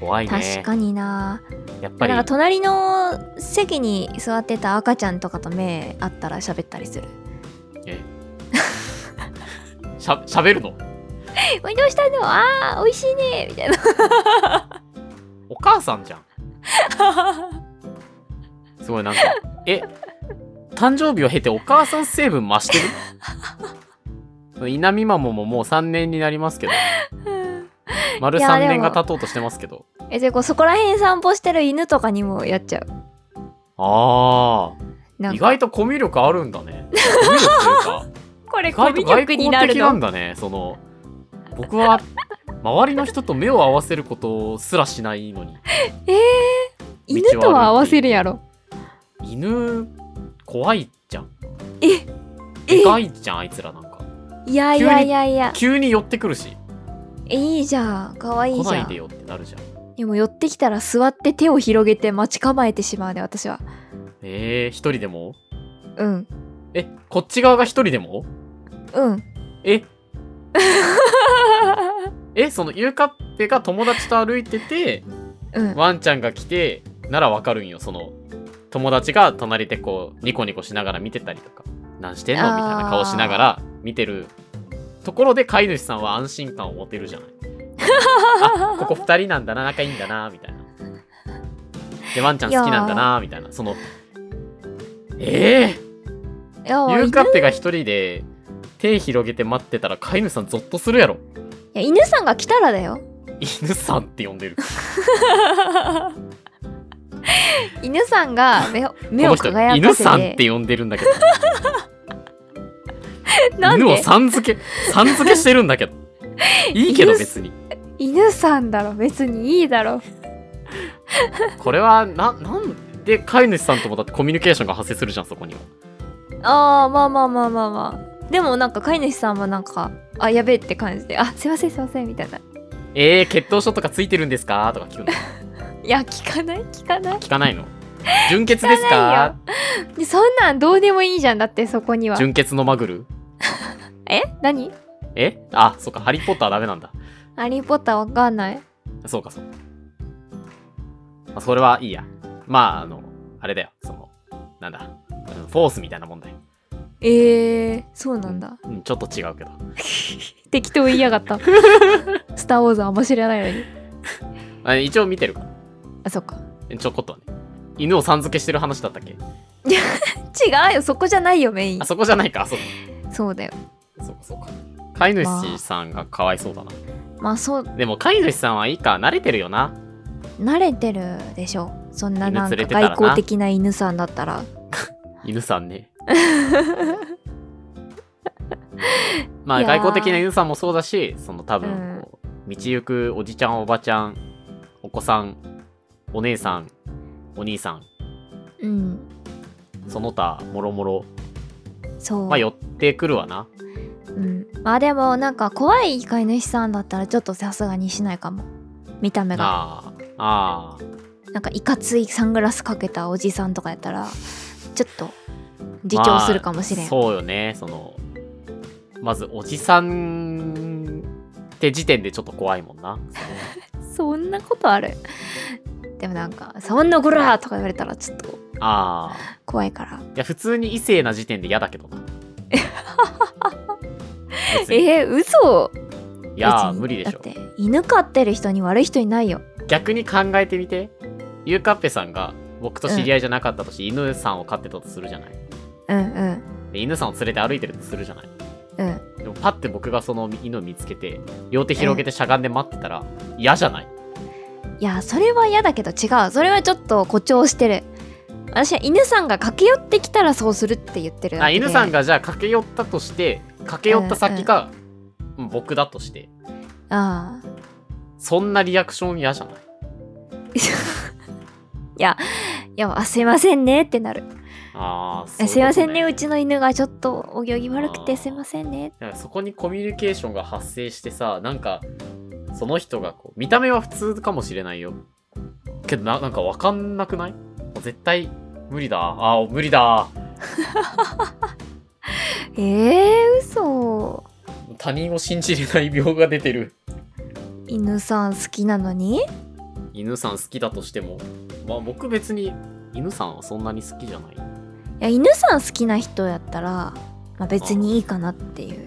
[SPEAKER 1] 怖い
[SPEAKER 2] 確
[SPEAKER 1] ね
[SPEAKER 2] かにな
[SPEAKER 1] やっぱり
[SPEAKER 2] なんか隣の席に座ってた赤ちゃんとかと目合ったら喋ったりする
[SPEAKER 1] えしゃしゃべるの
[SPEAKER 2] 「おいどうしたのあー美味しいね」みたいな
[SPEAKER 1] お母さん じゃんすごいなんかえ誕生日を経てお母さん成分増してる稲見マモももう3年になりますけど丸
[SPEAKER 2] いや
[SPEAKER 1] 3
[SPEAKER 2] でも
[SPEAKER 1] 年が経とうとしてますけど
[SPEAKER 2] えでこうそこら辺散歩してる犬とかにもやっちゃう
[SPEAKER 1] あ
[SPEAKER 2] な
[SPEAKER 1] あ
[SPEAKER 2] ん
[SPEAKER 1] 意
[SPEAKER 2] か
[SPEAKER 1] 外とコミュ力あるんだねコミュ力というか
[SPEAKER 2] これ
[SPEAKER 1] 意
[SPEAKER 2] コ
[SPEAKER 1] 外と
[SPEAKER 2] ミュ
[SPEAKER 1] 外
[SPEAKER 2] 力に
[SPEAKER 1] 交
[SPEAKER 2] なる
[SPEAKER 1] 的な
[SPEAKER 2] の
[SPEAKER 1] んだねその僕は周りの人と目を合わせることすらしないのに
[SPEAKER 2] 犬とは合わせるやろ
[SPEAKER 1] 犬怖いじゃん
[SPEAKER 2] ええ
[SPEAKER 1] でかいじゃんあいつらなんか
[SPEAKER 2] いやいやいやいや
[SPEAKER 1] 急に寄ってくるし
[SPEAKER 2] えいいじゃんかわいい
[SPEAKER 1] 来
[SPEAKER 2] じ
[SPEAKER 1] な
[SPEAKER 2] ゃ
[SPEAKER 1] い
[SPEAKER 2] ん
[SPEAKER 1] でよってなるじゃん
[SPEAKER 2] でも寄ってきたら座って手を広げて待ち構えてしまうね私は
[SPEAKER 1] えー、一人でも
[SPEAKER 2] うん
[SPEAKER 1] えこっち側が一人でも
[SPEAKER 2] うん
[SPEAKER 1] ええそのゆうかっぺが友達と歩いてて
[SPEAKER 2] うん、
[SPEAKER 1] ワンちゃんが来てならわかるんよその友達が隣でこうニコニコしながら見てたりとか何してんの
[SPEAKER 2] あー
[SPEAKER 1] みたいな顔しながら見てるところで飼い主さんは安心感を持て るじゃないあここ2人なんだな仲いいんだなみたいなでワンちゃん好きなんだなみたいなそのえ
[SPEAKER 2] い
[SPEAKER 1] え
[SPEAKER 2] やまあ
[SPEAKER 1] ゆう
[SPEAKER 2] 犬
[SPEAKER 1] かっぺが一人で手広げて待ってたら飼い主さんゾッとするやろ
[SPEAKER 2] いや犬さんが来たらだよ
[SPEAKER 1] 犬さんって呼んでる
[SPEAKER 2] 犬さんが目を 目を
[SPEAKER 1] この人
[SPEAKER 2] 輝か
[SPEAKER 1] 犬
[SPEAKER 2] せ
[SPEAKER 1] さんってて呼んでるんだけど
[SPEAKER 2] なん
[SPEAKER 1] 犬を
[SPEAKER 2] で
[SPEAKER 1] さん付けさん付けしてるんだけ どいいけど別に
[SPEAKER 2] 犬さんだろ別にいいだろ
[SPEAKER 1] これはななんで飼い主さんともだってコミュニケーションが発生するじゃんそこには
[SPEAKER 2] ああまあまあまあまあまあでもなんか飼い主さんはなんかあやべえって感じであすいませんすいませんみたいな
[SPEAKER 1] えー、血糖症とかついてるんですかとか聞くの
[SPEAKER 2] いや聞かない聞かない
[SPEAKER 1] 聞か ないの純血です
[SPEAKER 2] 聞か
[SPEAKER 1] か
[SPEAKER 2] でそんなんどうでもいいじゃんだってそこには
[SPEAKER 1] 純血のマグル
[SPEAKER 2] え何
[SPEAKER 1] えあそうかハリー・ポッターダメなんだ
[SPEAKER 2] ハリーポッターわかんない
[SPEAKER 1] そうかそうかまあそれはいいやまああのあれだよそのなんだうんフォースみたいなもんだよ、
[SPEAKER 2] えー、そうなんだ
[SPEAKER 1] うん、ちょっと違うけど
[SPEAKER 2] 適当言いやがったスター・ウォーズはあんま知らないのに
[SPEAKER 1] あ一応見てるか
[SPEAKER 2] あそっから
[SPEAKER 1] ちょこっとはね犬をさん付けしてる話だったっけ
[SPEAKER 2] 違うよそこじゃないよメイン
[SPEAKER 1] あそこじゃないかあそう
[SPEAKER 2] そうだよ
[SPEAKER 1] かそうかそうか飼い主さんがかわいそうだな、
[SPEAKER 2] まあそう
[SPEAKER 1] でも飼い主さんはいいか慣れてるよな
[SPEAKER 2] 慣れてるでしょそんな
[SPEAKER 1] 犬
[SPEAKER 2] な
[SPEAKER 1] 連
[SPEAKER 2] んか
[SPEAKER 1] れてたら
[SPEAKER 2] 外
[SPEAKER 1] な
[SPEAKER 2] 交的な犬さんだったら
[SPEAKER 1] 犬さん ねまあ
[SPEAKER 2] いやー
[SPEAKER 1] 外交的な犬さんもそうだしその多
[SPEAKER 2] うん
[SPEAKER 1] 分こう、道行くおじちゃんおばちゃんお子さんお姉さんお兄さん
[SPEAKER 2] うん
[SPEAKER 1] その他もろもろ
[SPEAKER 2] そう、
[SPEAKER 1] まあ寄ってくるわな
[SPEAKER 2] うん、まあでもなんか怖い飼い主さんだったらちょっとさすがにしないかも見た目が
[SPEAKER 1] あーあー
[SPEAKER 2] なんかいかついサングラスかけたおじさんとかやったらちょっと自重するかもしれん、
[SPEAKER 1] まあそうよねそのまずおじさんって時点でちょっと怖いもん な
[SPEAKER 2] そんなことあるでもなんか「そんなこら!」とか言われたらちょっと
[SPEAKER 1] ああ
[SPEAKER 2] 怖いから
[SPEAKER 1] いや普通に異性な時点で嫌だけどな別に
[SPEAKER 2] えー、嘘
[SPEAKER 1] いやー
[SPEAKER 2] 別に
[SPEAKER 1] 無理でし
[SPEAKER 2] だっ
[SPEAKER 1] ょ
[SPEAKER 2] て犬飼ってる人に悪い人いないよ
[SPEAKER 1] 逆に考えてみてゆうかっぺさんが僕と知り合いじゃなかったとし、犬さんを飼ってたとするじゃない
[SPEAKER 2] うんうん
[SPEAKER 1] で犬さんを連れて歩いてるとするじゃない
[SPEAKER 2] うん
[SPEAKER 1] でもパッて僕がその犬を見つけて両手広げてしゃがんで待ってたら嫌じゃない
[SPEAKER 2] いやそれは嫌だけど違うそれはちょっと誇張してる私は犬さんが駆け寄ってきたらそうするって言ってるだ
[SPEAKER 1] あ
[SPEAKER 2] けで
[SPEAKER 1] 犬さんがじゃあ駆け寄ったとして駆け寄った先がうん僕だとして
[SPEAKER 2] ああ
[SPEAKER 1] そんなリアクション嫌じゃない
[SPEAKER 2] いや、いや、あすいませんねってなる。
[SPEAKER 1] あーそううこ
[SPEAKER 2] え
[SPEAKER 1] と
[SPEAKER 2] すいませんね、うちの犬がちょっとお行儀悪くてすいませんね。
[SPEAKER 1] なんかそこにコミュニケーションが発生してさなんかその人がこう見た目は普通かもしれないよけどななんか分かんなくない絶対無理だあー無理だ
[SPEAKER 2] えー、嘘。
[SPEAKER 1] 他人を信じれない病が出てる
[SPEAKER 2] 犬さん好きなのに
[SPEAKER 1] 犬さん好きだとしてもまあ僕別に犬さんはそんなに好きじゃない
[SPEAKER 2] いや、犬さん好きな人やったら、まあ、別にいいかなっていう。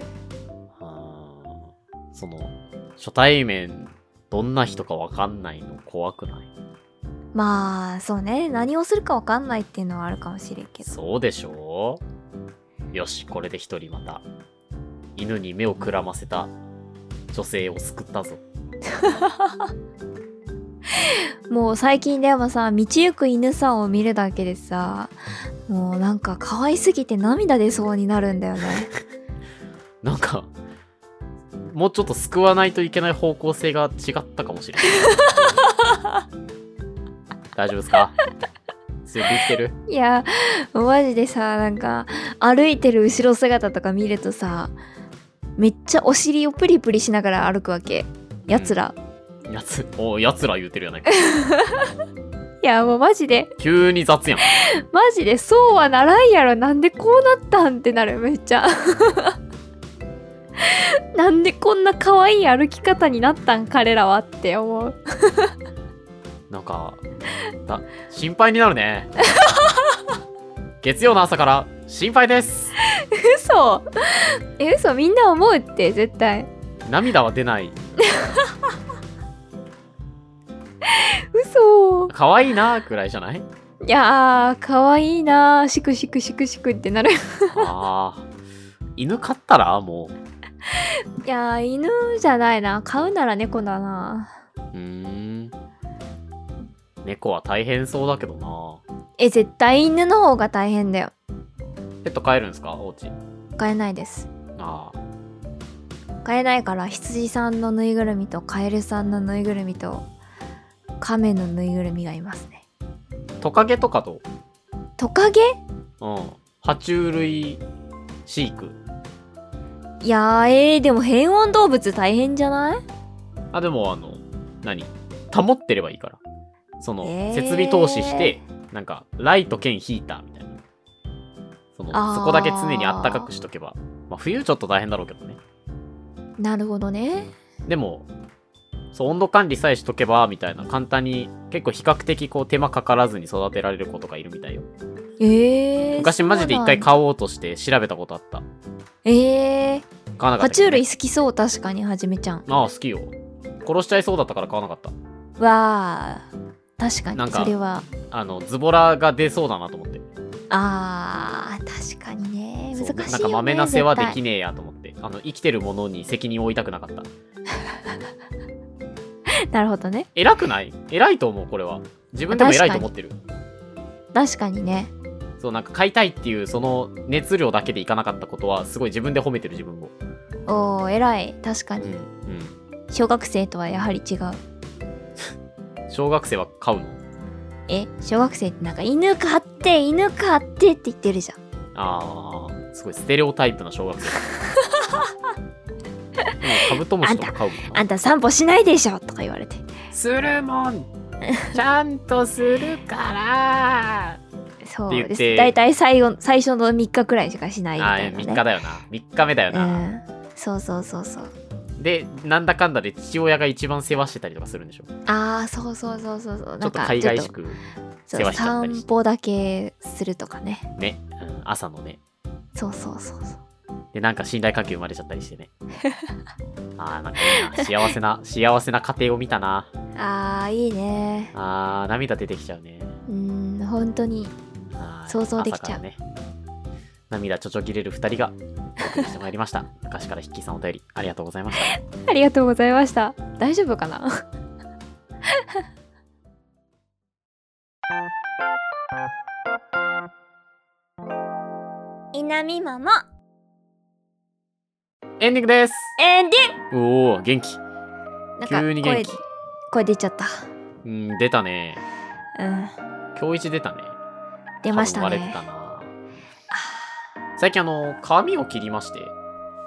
[SPEAKER 1] あーその初対面どんな人か分かんないの怖くない
[SPEAKER 2] まあ、そうね、何をするかわかんないっていうのはあるかもしれんけど。
[SPEAKER 1] そうでしょうよし、これで一人また、犬に目をくらませた女性を救ったぞ。
[SPEAKER 2] もう最近でもさ、道行く犬さんを見るだけでさ、もうなんか可愛すぎて涙出そうになるんだよね。
[SPEAKER 1] なんか、もうちょっと救わないといけない方向性が違ったかもしれない。大丈夫ですか強く生きてる
[SPEAKER 2] いやマジでさなんか歩いてる後ろ姿とか見るとさめっちゃお尻をプリプリしながら歩くわけやつら、
[SPEAKER 1] やつ、おやつら言うてるやないか。
[SPEAKER 2] いやもうマジで
[SPEAKER 1] 急に雑やん。
[SPEAKER 2] マジでそうはならんやろなんでこうなったんってなるめっちゃなんでこんな可愛い歩き方になったん彼らはって思う
[SPEAKER 1] なんか、だ心配になるね。月曜の朝から心配です。
[SPEAKER 2] 嘘え嘘みんな思うって絶対
[SPEAKER 1] 涙は出ない。
[SPEAKER 2] そう
[SPEAKER 1] 可愛いなくらいじゃない
[SPEAKER 2] いやー可愛いなーシクシクシクシクってなるい
[SPEAKER 1] ああ犬飼ったらも
[SPEAKER 2] やー犬じゃないな飼うなら猫だな
[SPEAKER 1] ううーん猫は大変そうだけどな
[SPEAKER 2] え絶対犬の方が大変だよ
[SPEAKER 1] ペット飼えるんですかおうち
[SPEAKER 2] 飼えないです
[SPEAKER 1] ああ
[SPEAKER 2] 飼えないから羊さんのぬいぐるみとカエルさんのぬいぐるみとカメのぬいぐるみがいますね
[SPEAKER 1] トカゲとかと、
[SPEAKER 2] トカゲ
[SPEAKER 1] うん、爬虫類飼育
[SPEAKER 2] いやーえー、でも変温動物大変じゃない
[SPEAKER 1] あでもあの何保ってればいいからその、
[SPEAKER 2] えー
[SPEAKER 1] 設備投資してなんかライト兼ヒーターみたいなその
[SPEAKER 2] あー
[SPEAKER 1] そこだけ常にあったかくしとけば、まあ、冬ちょっと大変だろうけどね
[SPEAKER 2] なるほどね
[SPEAKER 1] でもそう温度管理さえしとけばみたいな簡単に結構比較的こう手間かからずに育てられる子とかいるみたいよ
[SPEAKER 2] えー、
[SPEAKER 1] 昔マジで一回
[SPEAKER 2] か
[SPEAKER 1] 買おうとして調べたことあった
[SPEAKER 2] えー、
[SPEAKER 1] 買わなか
[SPEAKER 2] 爬
[SPEAKER 1] ったけ
[SPEAKER 2] 虫
[SPEAKER 1] どね、
[SPEAKER 2] 類好きそう確かにはじめちゃん
[SPEAKER 1] ああ好きよ殺しちゃいそうだったから買わなかった
[SPEAKER 2] わあ確か
[SPEAKER 1] なん
[SPEAKER 2] に
[SPEAKER 1] か
[SPEAKER 2] それは
[SPEAKER 1] あのズボラが出そうだなと思って
[SPEAKER 2] あー確かにね難し
[SPEAKER 1] そう
[SPEAKER 2] いよね
[SPEAKER 1] なんか豆なせはで
[SPEAKER 2] 絶
[SPEAKER 1] きねえやと思ってあの生きてるものに責任を負いたくなかった
[SPEAKER 2] 対なるほどね
[SPEAKER 1] 偉くない偉いと思うこれは自分でも偉いと思ってる
[SPEAKER 2] 確かにね
[SPEAKER 1] そうなんか買いたいっていうその熱量だけでいかなかったことはすごい自分で褒めてる自分を
[SPEAKER 2] おー偉い確か
[SPEAKER 1] う
[SPEAKER 2] に
[SPEAKER 1] ん、
[SPEAKER 2] 小学生とはやはり違う
[SPEAKER 1] うん、小学生は買うの
[SPEAKER 2] え小学生ってなんか犬飼って犬飼ってって言ってるじゃん
[SPEAKER 1] あーすごいステレオタイプな小学 生でもカブトムシとか買うもん
[SPEAKER 2] あ
[SPEAKER 1] なん
[SPEAKER 2] た散歩しないでしょとか言われて
[SPEAKER 1] するもんちゃんとする から
[SPEAKER 2] そ
[SPEAKER 1] っ
[SPEAKER 2] う
[SPEAKER 1] て言って
[SPEAKER 2] です大体最後最初の3日くらいしかしないみ
[SPEAKER 1] あ
[SPEAKER 2] たい
[SPEAKER 1] ー
[SPEAKER 2] な、
[SPEAKER 1] 3
[SPEAKER 2] ね、
[SPEAKER 1] 日だよな3日目だよな、
[SPEAKER 2] うんそうそうそうそう
[SPEAKER 1] でなんだかんだで父親が一番世話してたりとかするんでしょ
[SPEAKER 2] ああそうそうそうそうそう
[SPEAKER 1] ちょ
[SPEAKER 2] な
[SPEAKER 1] っと
[SPEAKER 2] んか
[SPEAKER 1] 海外しく
[SPEAKER 2] そう
[SPEAKER 1] 世話しちゃったりして
[SPEAKER 2] 散歩だけするとかね
[SPEAKER 1] ね、うん朝のね
[SPEAKER 2] そうそうそうそう
[SPEAKER 1] でなんか信頼関係生まれちゃったりして ねあーなんかいいな幸せな幸せな家庭を見たな
[SPEAKER 2] あーいいね
[SPEAKER 1] あー涙出てきちゃうね
[SPEAKER 2] うん本当に
[SPEAKER 1] あー
[SPEAKER 2] 想像できちゃう
[SPEAKER 1] 朝からね涙ちょちょ切れる2人がお送りしてまいりました 昔からヒッキーさんお便りありがとうございました
[SPEAKER 2] ありがとうございました大丈夫かな 南ママ
[SPEAKER 1] エンディングです
[SPEAKER 2] エンディ
[SPEAKER 1] おお元気
[SPEAKER 2] ンなんか
[SPEAKER 1] 急に元
[SPEAKER 2] 声
[SPEAKER 1] 気
[SPEAKER 2] 声出ちゃった
[SPEAKER 1] うん出たね
[SPEAKER 2] うん
[SPEAKER 1] 今日一出たね
[SPEAKER 2] 出ました
[SPEAKER 1] 多分割れてた
[SPEAKER 2] ね
[SPEAKER 1] な最近あの髪を切りまして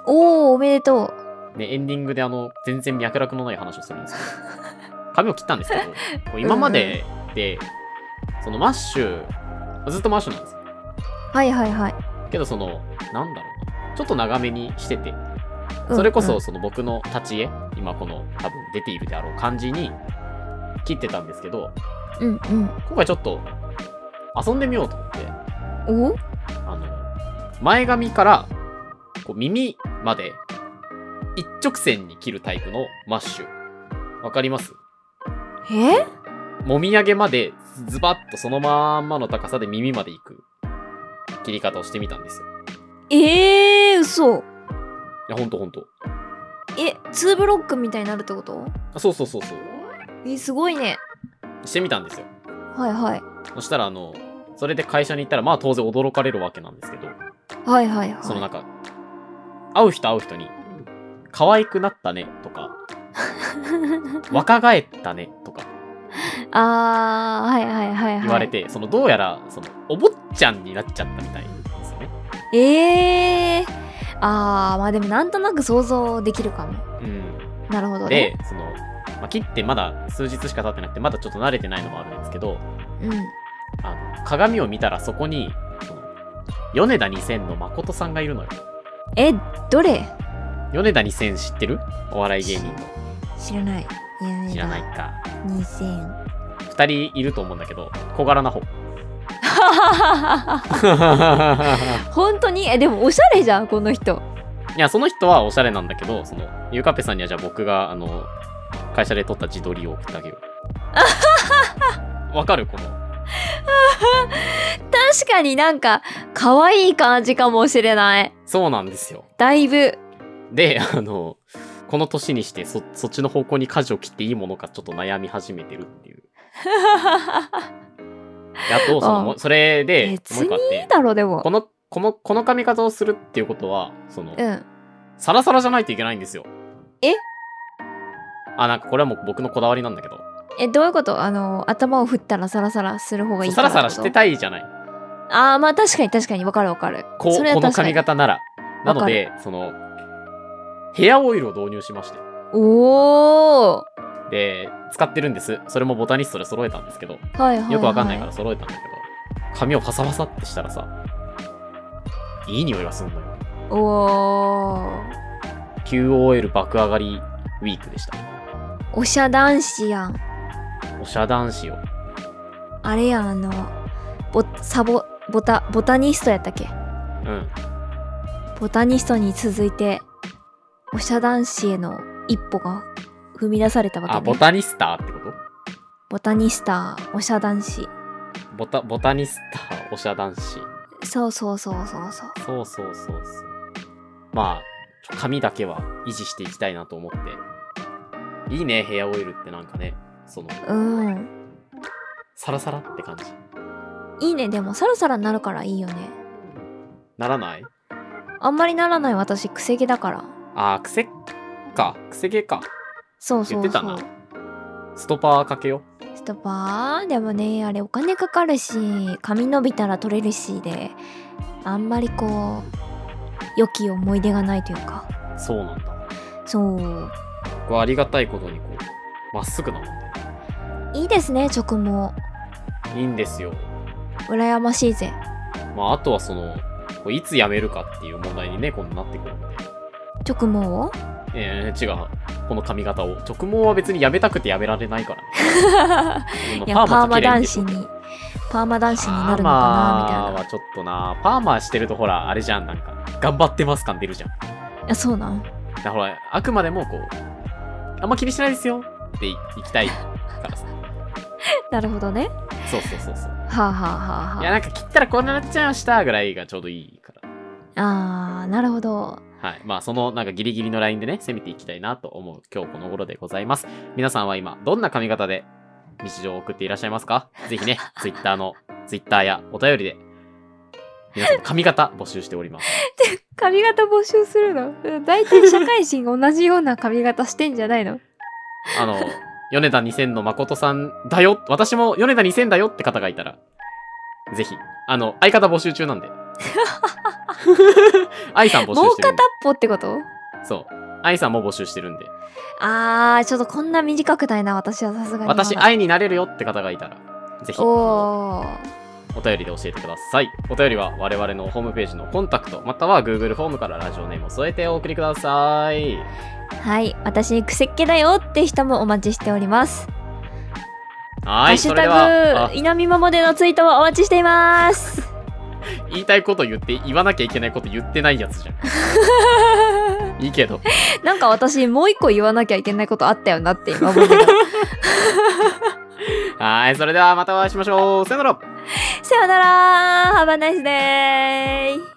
[SPEAKER 2] おおおめでと
[SPEAKER 1] ね、エンディングであの全然脈絡のない話をするんですけど 髪を切ったんですけどこう今まででそのマッシュずっとマッシュなんですよ
[SPEAKER 2] うはいはいはい
[SPEAKER 1] けどそのなんだろうなちょっと長めにしてて
[SPEAKER 2] うん
[SPEAKER 1] それこ
[SPEAKER 2] う
[SPEAKER 1] そ
[SPEAKER 2] ん
[SPEAKER 1] その僕の立ち絵今この多分出ているであろう感じに切ってたんですけど
[SPEAKER 2] うん
[SPEAKER 1] 今回ちょっと遊んでみようと思って
[SPEAKER 2] うんお
[SPEAKER 1] あの前髪からこう耳まで一直線に切るタイプのマッシュわかります
[SPEAKER 2] え
[SPEAKER 1] もみあげまでズバッとそのまんまの高さで耳まで行く切り方をしてみたんですよ。
[SPEAKER 2] えー、嘘
[SPEAKER 1] いや、ほんとほんと。
[SPEAKER 2] えツーブロックみたいになるってこと
[SPEAKER 1] あそうそうそうそう。
[SPEAKER 2] えすごいね
[SPEAKER 1] してみたんですよ。
[SPEAKER 2] はいはい
[SPEAKER 1] そしたら、あの、それで会社に行ったら、まあ当然驚かれるわけなんですけど、
[SPEAKER 2] はいはいはい
[SPEAKER 1] そのなんか、会う人会う人に、可愛くなったねと か、若返ったねとか
[SPEAKER 2] あーはいはいはいはい
[SPEAKER 1] 言われて、そのどうやら、その、お坊ちゃんになっちゃったみたいなんですよね。
[SPEAKER 2] ええー、あーまあでもなんとなく想像できるかも
[SPEAKER 1] うん。
[SPEAKER 2] なるほどね
[SPEAKER 1] でその、まあ切ってまだ数日しか経ってなくてまだちょっと慣れてないのもあるんですけど
[SPEAKER 2] うん
[SPEAKER 1] あの鏡を見たらそこにその米田2000の誠さんがいるのよ
[SPEAKER 2] えどれ
[SPEAKER 1] 米田2000知ってるお笑い芸人の
[SPEAKER 2] 知らない
[SPEAKER 1] 知らないか
[SPEAKER 2] 2000
[SPEAKER 1] 2人いると思うんだけど小柄 な方
[SPEAKER 2] 本当にえでもおしゃれじゃんこの人
[SPEAKER 1] いやその人はおしゃれなんだけどそのゆうかぺさんにはじゃあ僕があの会社で撮った自撮りを送ってあげようわかるこの
[SPEAKER 2] 確かになんか可愛い感じかもしれない
[SPEAKER 1] そうなんですよ
[SPEAKER 2] だい ぶ
[SPEAKER 1] であのこの年にしてそそっちの方向に舵を切っていいものかちょっと悩み始めてるっていうであとその
[SPEAKER 2] あ
[SPEAKER 1] もうそれでもう
[SPEAKER 2] 別
[SPEAKER 1] 一個あっ
[SPEAKER 2] にいい
[SPEAKER 1] て
[SPEAKER 2] だろでも
[SPEAKER 1] このこのこの髪型をするっていうことはその、
[SPEAKER 2] うん
[SPEAKER 1] サラサラじゃないといけないんですよ
[SPEAKER 2] え
[SPEAKER 1] あなんかこれはもう僕のこだわりなんだけど
[SPEAKER 2] えどういうことあの頭を振ったらサラサラする方がいい
[SPEAKER 1] そうサラサラして
[SPEAKER 2] い
[SPEAKER 1] たいじゃない
[SPEAKER 2] ああまあ確かに確かにわかるわかる
[SPEAKER 1] こ
[SPEAKER 2] それ
[SPEAKER 1] うこ
[SPEAKER 2] は
[SPEAKER 1] の
[SPEAKER 2] 確か
[SPEAKER 1] 髪
[SPEAKER 2] に
[SPEAKER 1] 型ならなのでそのヘアオイルを導入しまして
[SPEAKER 2] おお
[SPEAKER 1] で使ってるんですそれもボタニストで揃えたんですけど
[SPEAKER 2] はいはい、はい、
[SPEAKER 1] よくわかんないから揃えたんだけど髪をファサファサってしたらさいい匂いがするのよ
[SPEAKER 2] おお
[SPEAKER 1] QOL 爆上がりウィークでした
[SPEAKER 2] おしゃ男子やん
[SPEAKER 1] おしゃ男子を
[SPEAKER 2] あれやんあのボサボボタボタニストやったっけ
[SPEAKER 1] うん
[SPEAKER 2] ボタニストに続いておしゃ男子への一歩が踏み出されたわけね
[SPEAKER 1] あボタニスターってこと
[SPEAKER 2] ボタニスタおしゃ男子
[SPEAKER 1] ボタボタニスターおしゃ男子
[SPEAKER 2] そうそうそうそうそう
[SPEAKER 1] そうそうそうそうまあちょ髪だけは維持していきたいなと思っていいねヘアオイルってなんかねその
[SPEAKER 2] うん
[SPEAKER 1] サラサラって感じ
[SPEAKER 2] いいねでもサラサラになるからいいよね
[SPEAKER 1] ならない
[SPEAKER 2] あんまりならない私くせ毛だから
[SPEAKER 1] あー癖か癖毛か
[SPEAKER 2] そうそ
[SPEAKER 1] 言っ
[SPEAKER 2] う
[SPEAKER 1] て
[SPEAKER 2] そ
[SPEAKER 1] たな
[SPEAKER 2] う
[SPEAKER 1] ストパーかけよ
[SPEAKER 2] ストパーでもねあれお金かかるし髪伸びたら取れるしであんまりこう良き思い出がないというか
[SPEAKER 1] そうなんだ
[SPEAKER 2] そう
[SPEAKER 1] 僕はありがたいことにこうまっすぐなもんで
[SPEAKER 2] いいですね直毛
[SPEAKER 1] いいんですよ
[SPEAKER 2] 羨ましいぜ
[SPEAKER 1] まああとはそのこういつ辞めるかっていう問題にね今度なってくるんで
[SPEAKER 2] 直毛を
[SPEAKER 1] えー、違うこの髪型を直毛は別に辞めたくて辞められないからね
[SPEAKER 2] いやパーマ
[SPEAKER 1] じゃ綺麗
[SPEAKER 2] 男
[SPEAKER 1] に
[SPEAKER 2] 子にパーマ男子になるの
[SPEAKER 1] パー
[SPEAKER 2] かなみ
[SPEAKER 1] マ
[SPEAKER 2] た
[SPEAKER 1] は
[SPEAKER 2] い
[SPEAKER 1] ちょっとなパーマしてるとほらあれじゃんなんか頑張ってます感出るじゃん
[SPEAKER 2] ないやそうなん
[SPEAKER 1] だからほらあくまでもこうあんま気にしないですよっていいきたいから さ
[SPEAKER 2] なるほどね
[SPEAKER 1] そうそうそうそう
[SPEAKER 2] はあはあはいあ
[SPEAKER 1] や
[SPEAKER 2] は
[SPEAKER 1] なんか切ったらこんななっちゃいましたぐらいがちょうどいいから
[SPEAKER 2] ああーなるほど
[SPEAKER 1] はい。まあ、その、なんかギリギリのラインでね、攻めていきたいなと思う今日この頃でございます。皆さんは今、どんな髪型で日常を送っていらっしゃいますかぜひ ね、ツイッターの、ツイッターやお便りで、皆さんの髪型募集しております。
[SPEAKER 2] 髪型募集するの うん大体社会人が同じような髪型してんじゃないの
[SPEAKER 1] あの、米田2000の誠さんだよ、私も米田2000だよって方がいたら、ぜひ、あの、相方募集中なん で。愛さん募集
[SPEAKER 2] もう
[SPEAKER 1] してる
[SPEAKER 2] 片
[SPEAKER 1] んで。
[SPEAKER 2] っぽってこと
[SPEAKER 1] そう。愛さんも募集してるんで。
[SPEAKER 2] あーちょっとこんな短くないな私はさすがに
[SPEAKER 1] 私、
[SPEAKER 2] あ
[SPEAKER 1] 愛になれるよって方がいたら、ぜひ。
[SPEAKER 2] おー
[SPEAKER 1] お便りで教えてくださいお便りは我々のホームページのコンタクトまたは Google フォームからラジオネームを添えてお送りください
[SPEAKER 2] はい私クセっ気だよって人もお待ちしております
[SPEAKER 1] は
[SPEAKER 2] ハッ
[SPEAKER 1] い
[SPEAKER 2] シ
[SPEAKER 1] そ
[SPEAKER 2] ュ
[SPEAKER 1] れでは
[SPEAKER 2] タ
[SPEAKER 1] あ
[SPEAKER 2] グ稲見まもでのツイートもお待ちしています
[SPEAKER 1] 言いたいこと言って言わなきゃいけないこと言ってないやつじゃ んいいけど
[SPEAKER 2] なんか私もう一個言わなきゃいけないことあったよなって今思って た
[SPEAKER 1] はいそれではまたお会いしましょうさよなら
[SPEAKER 2] さよなら Have a nice day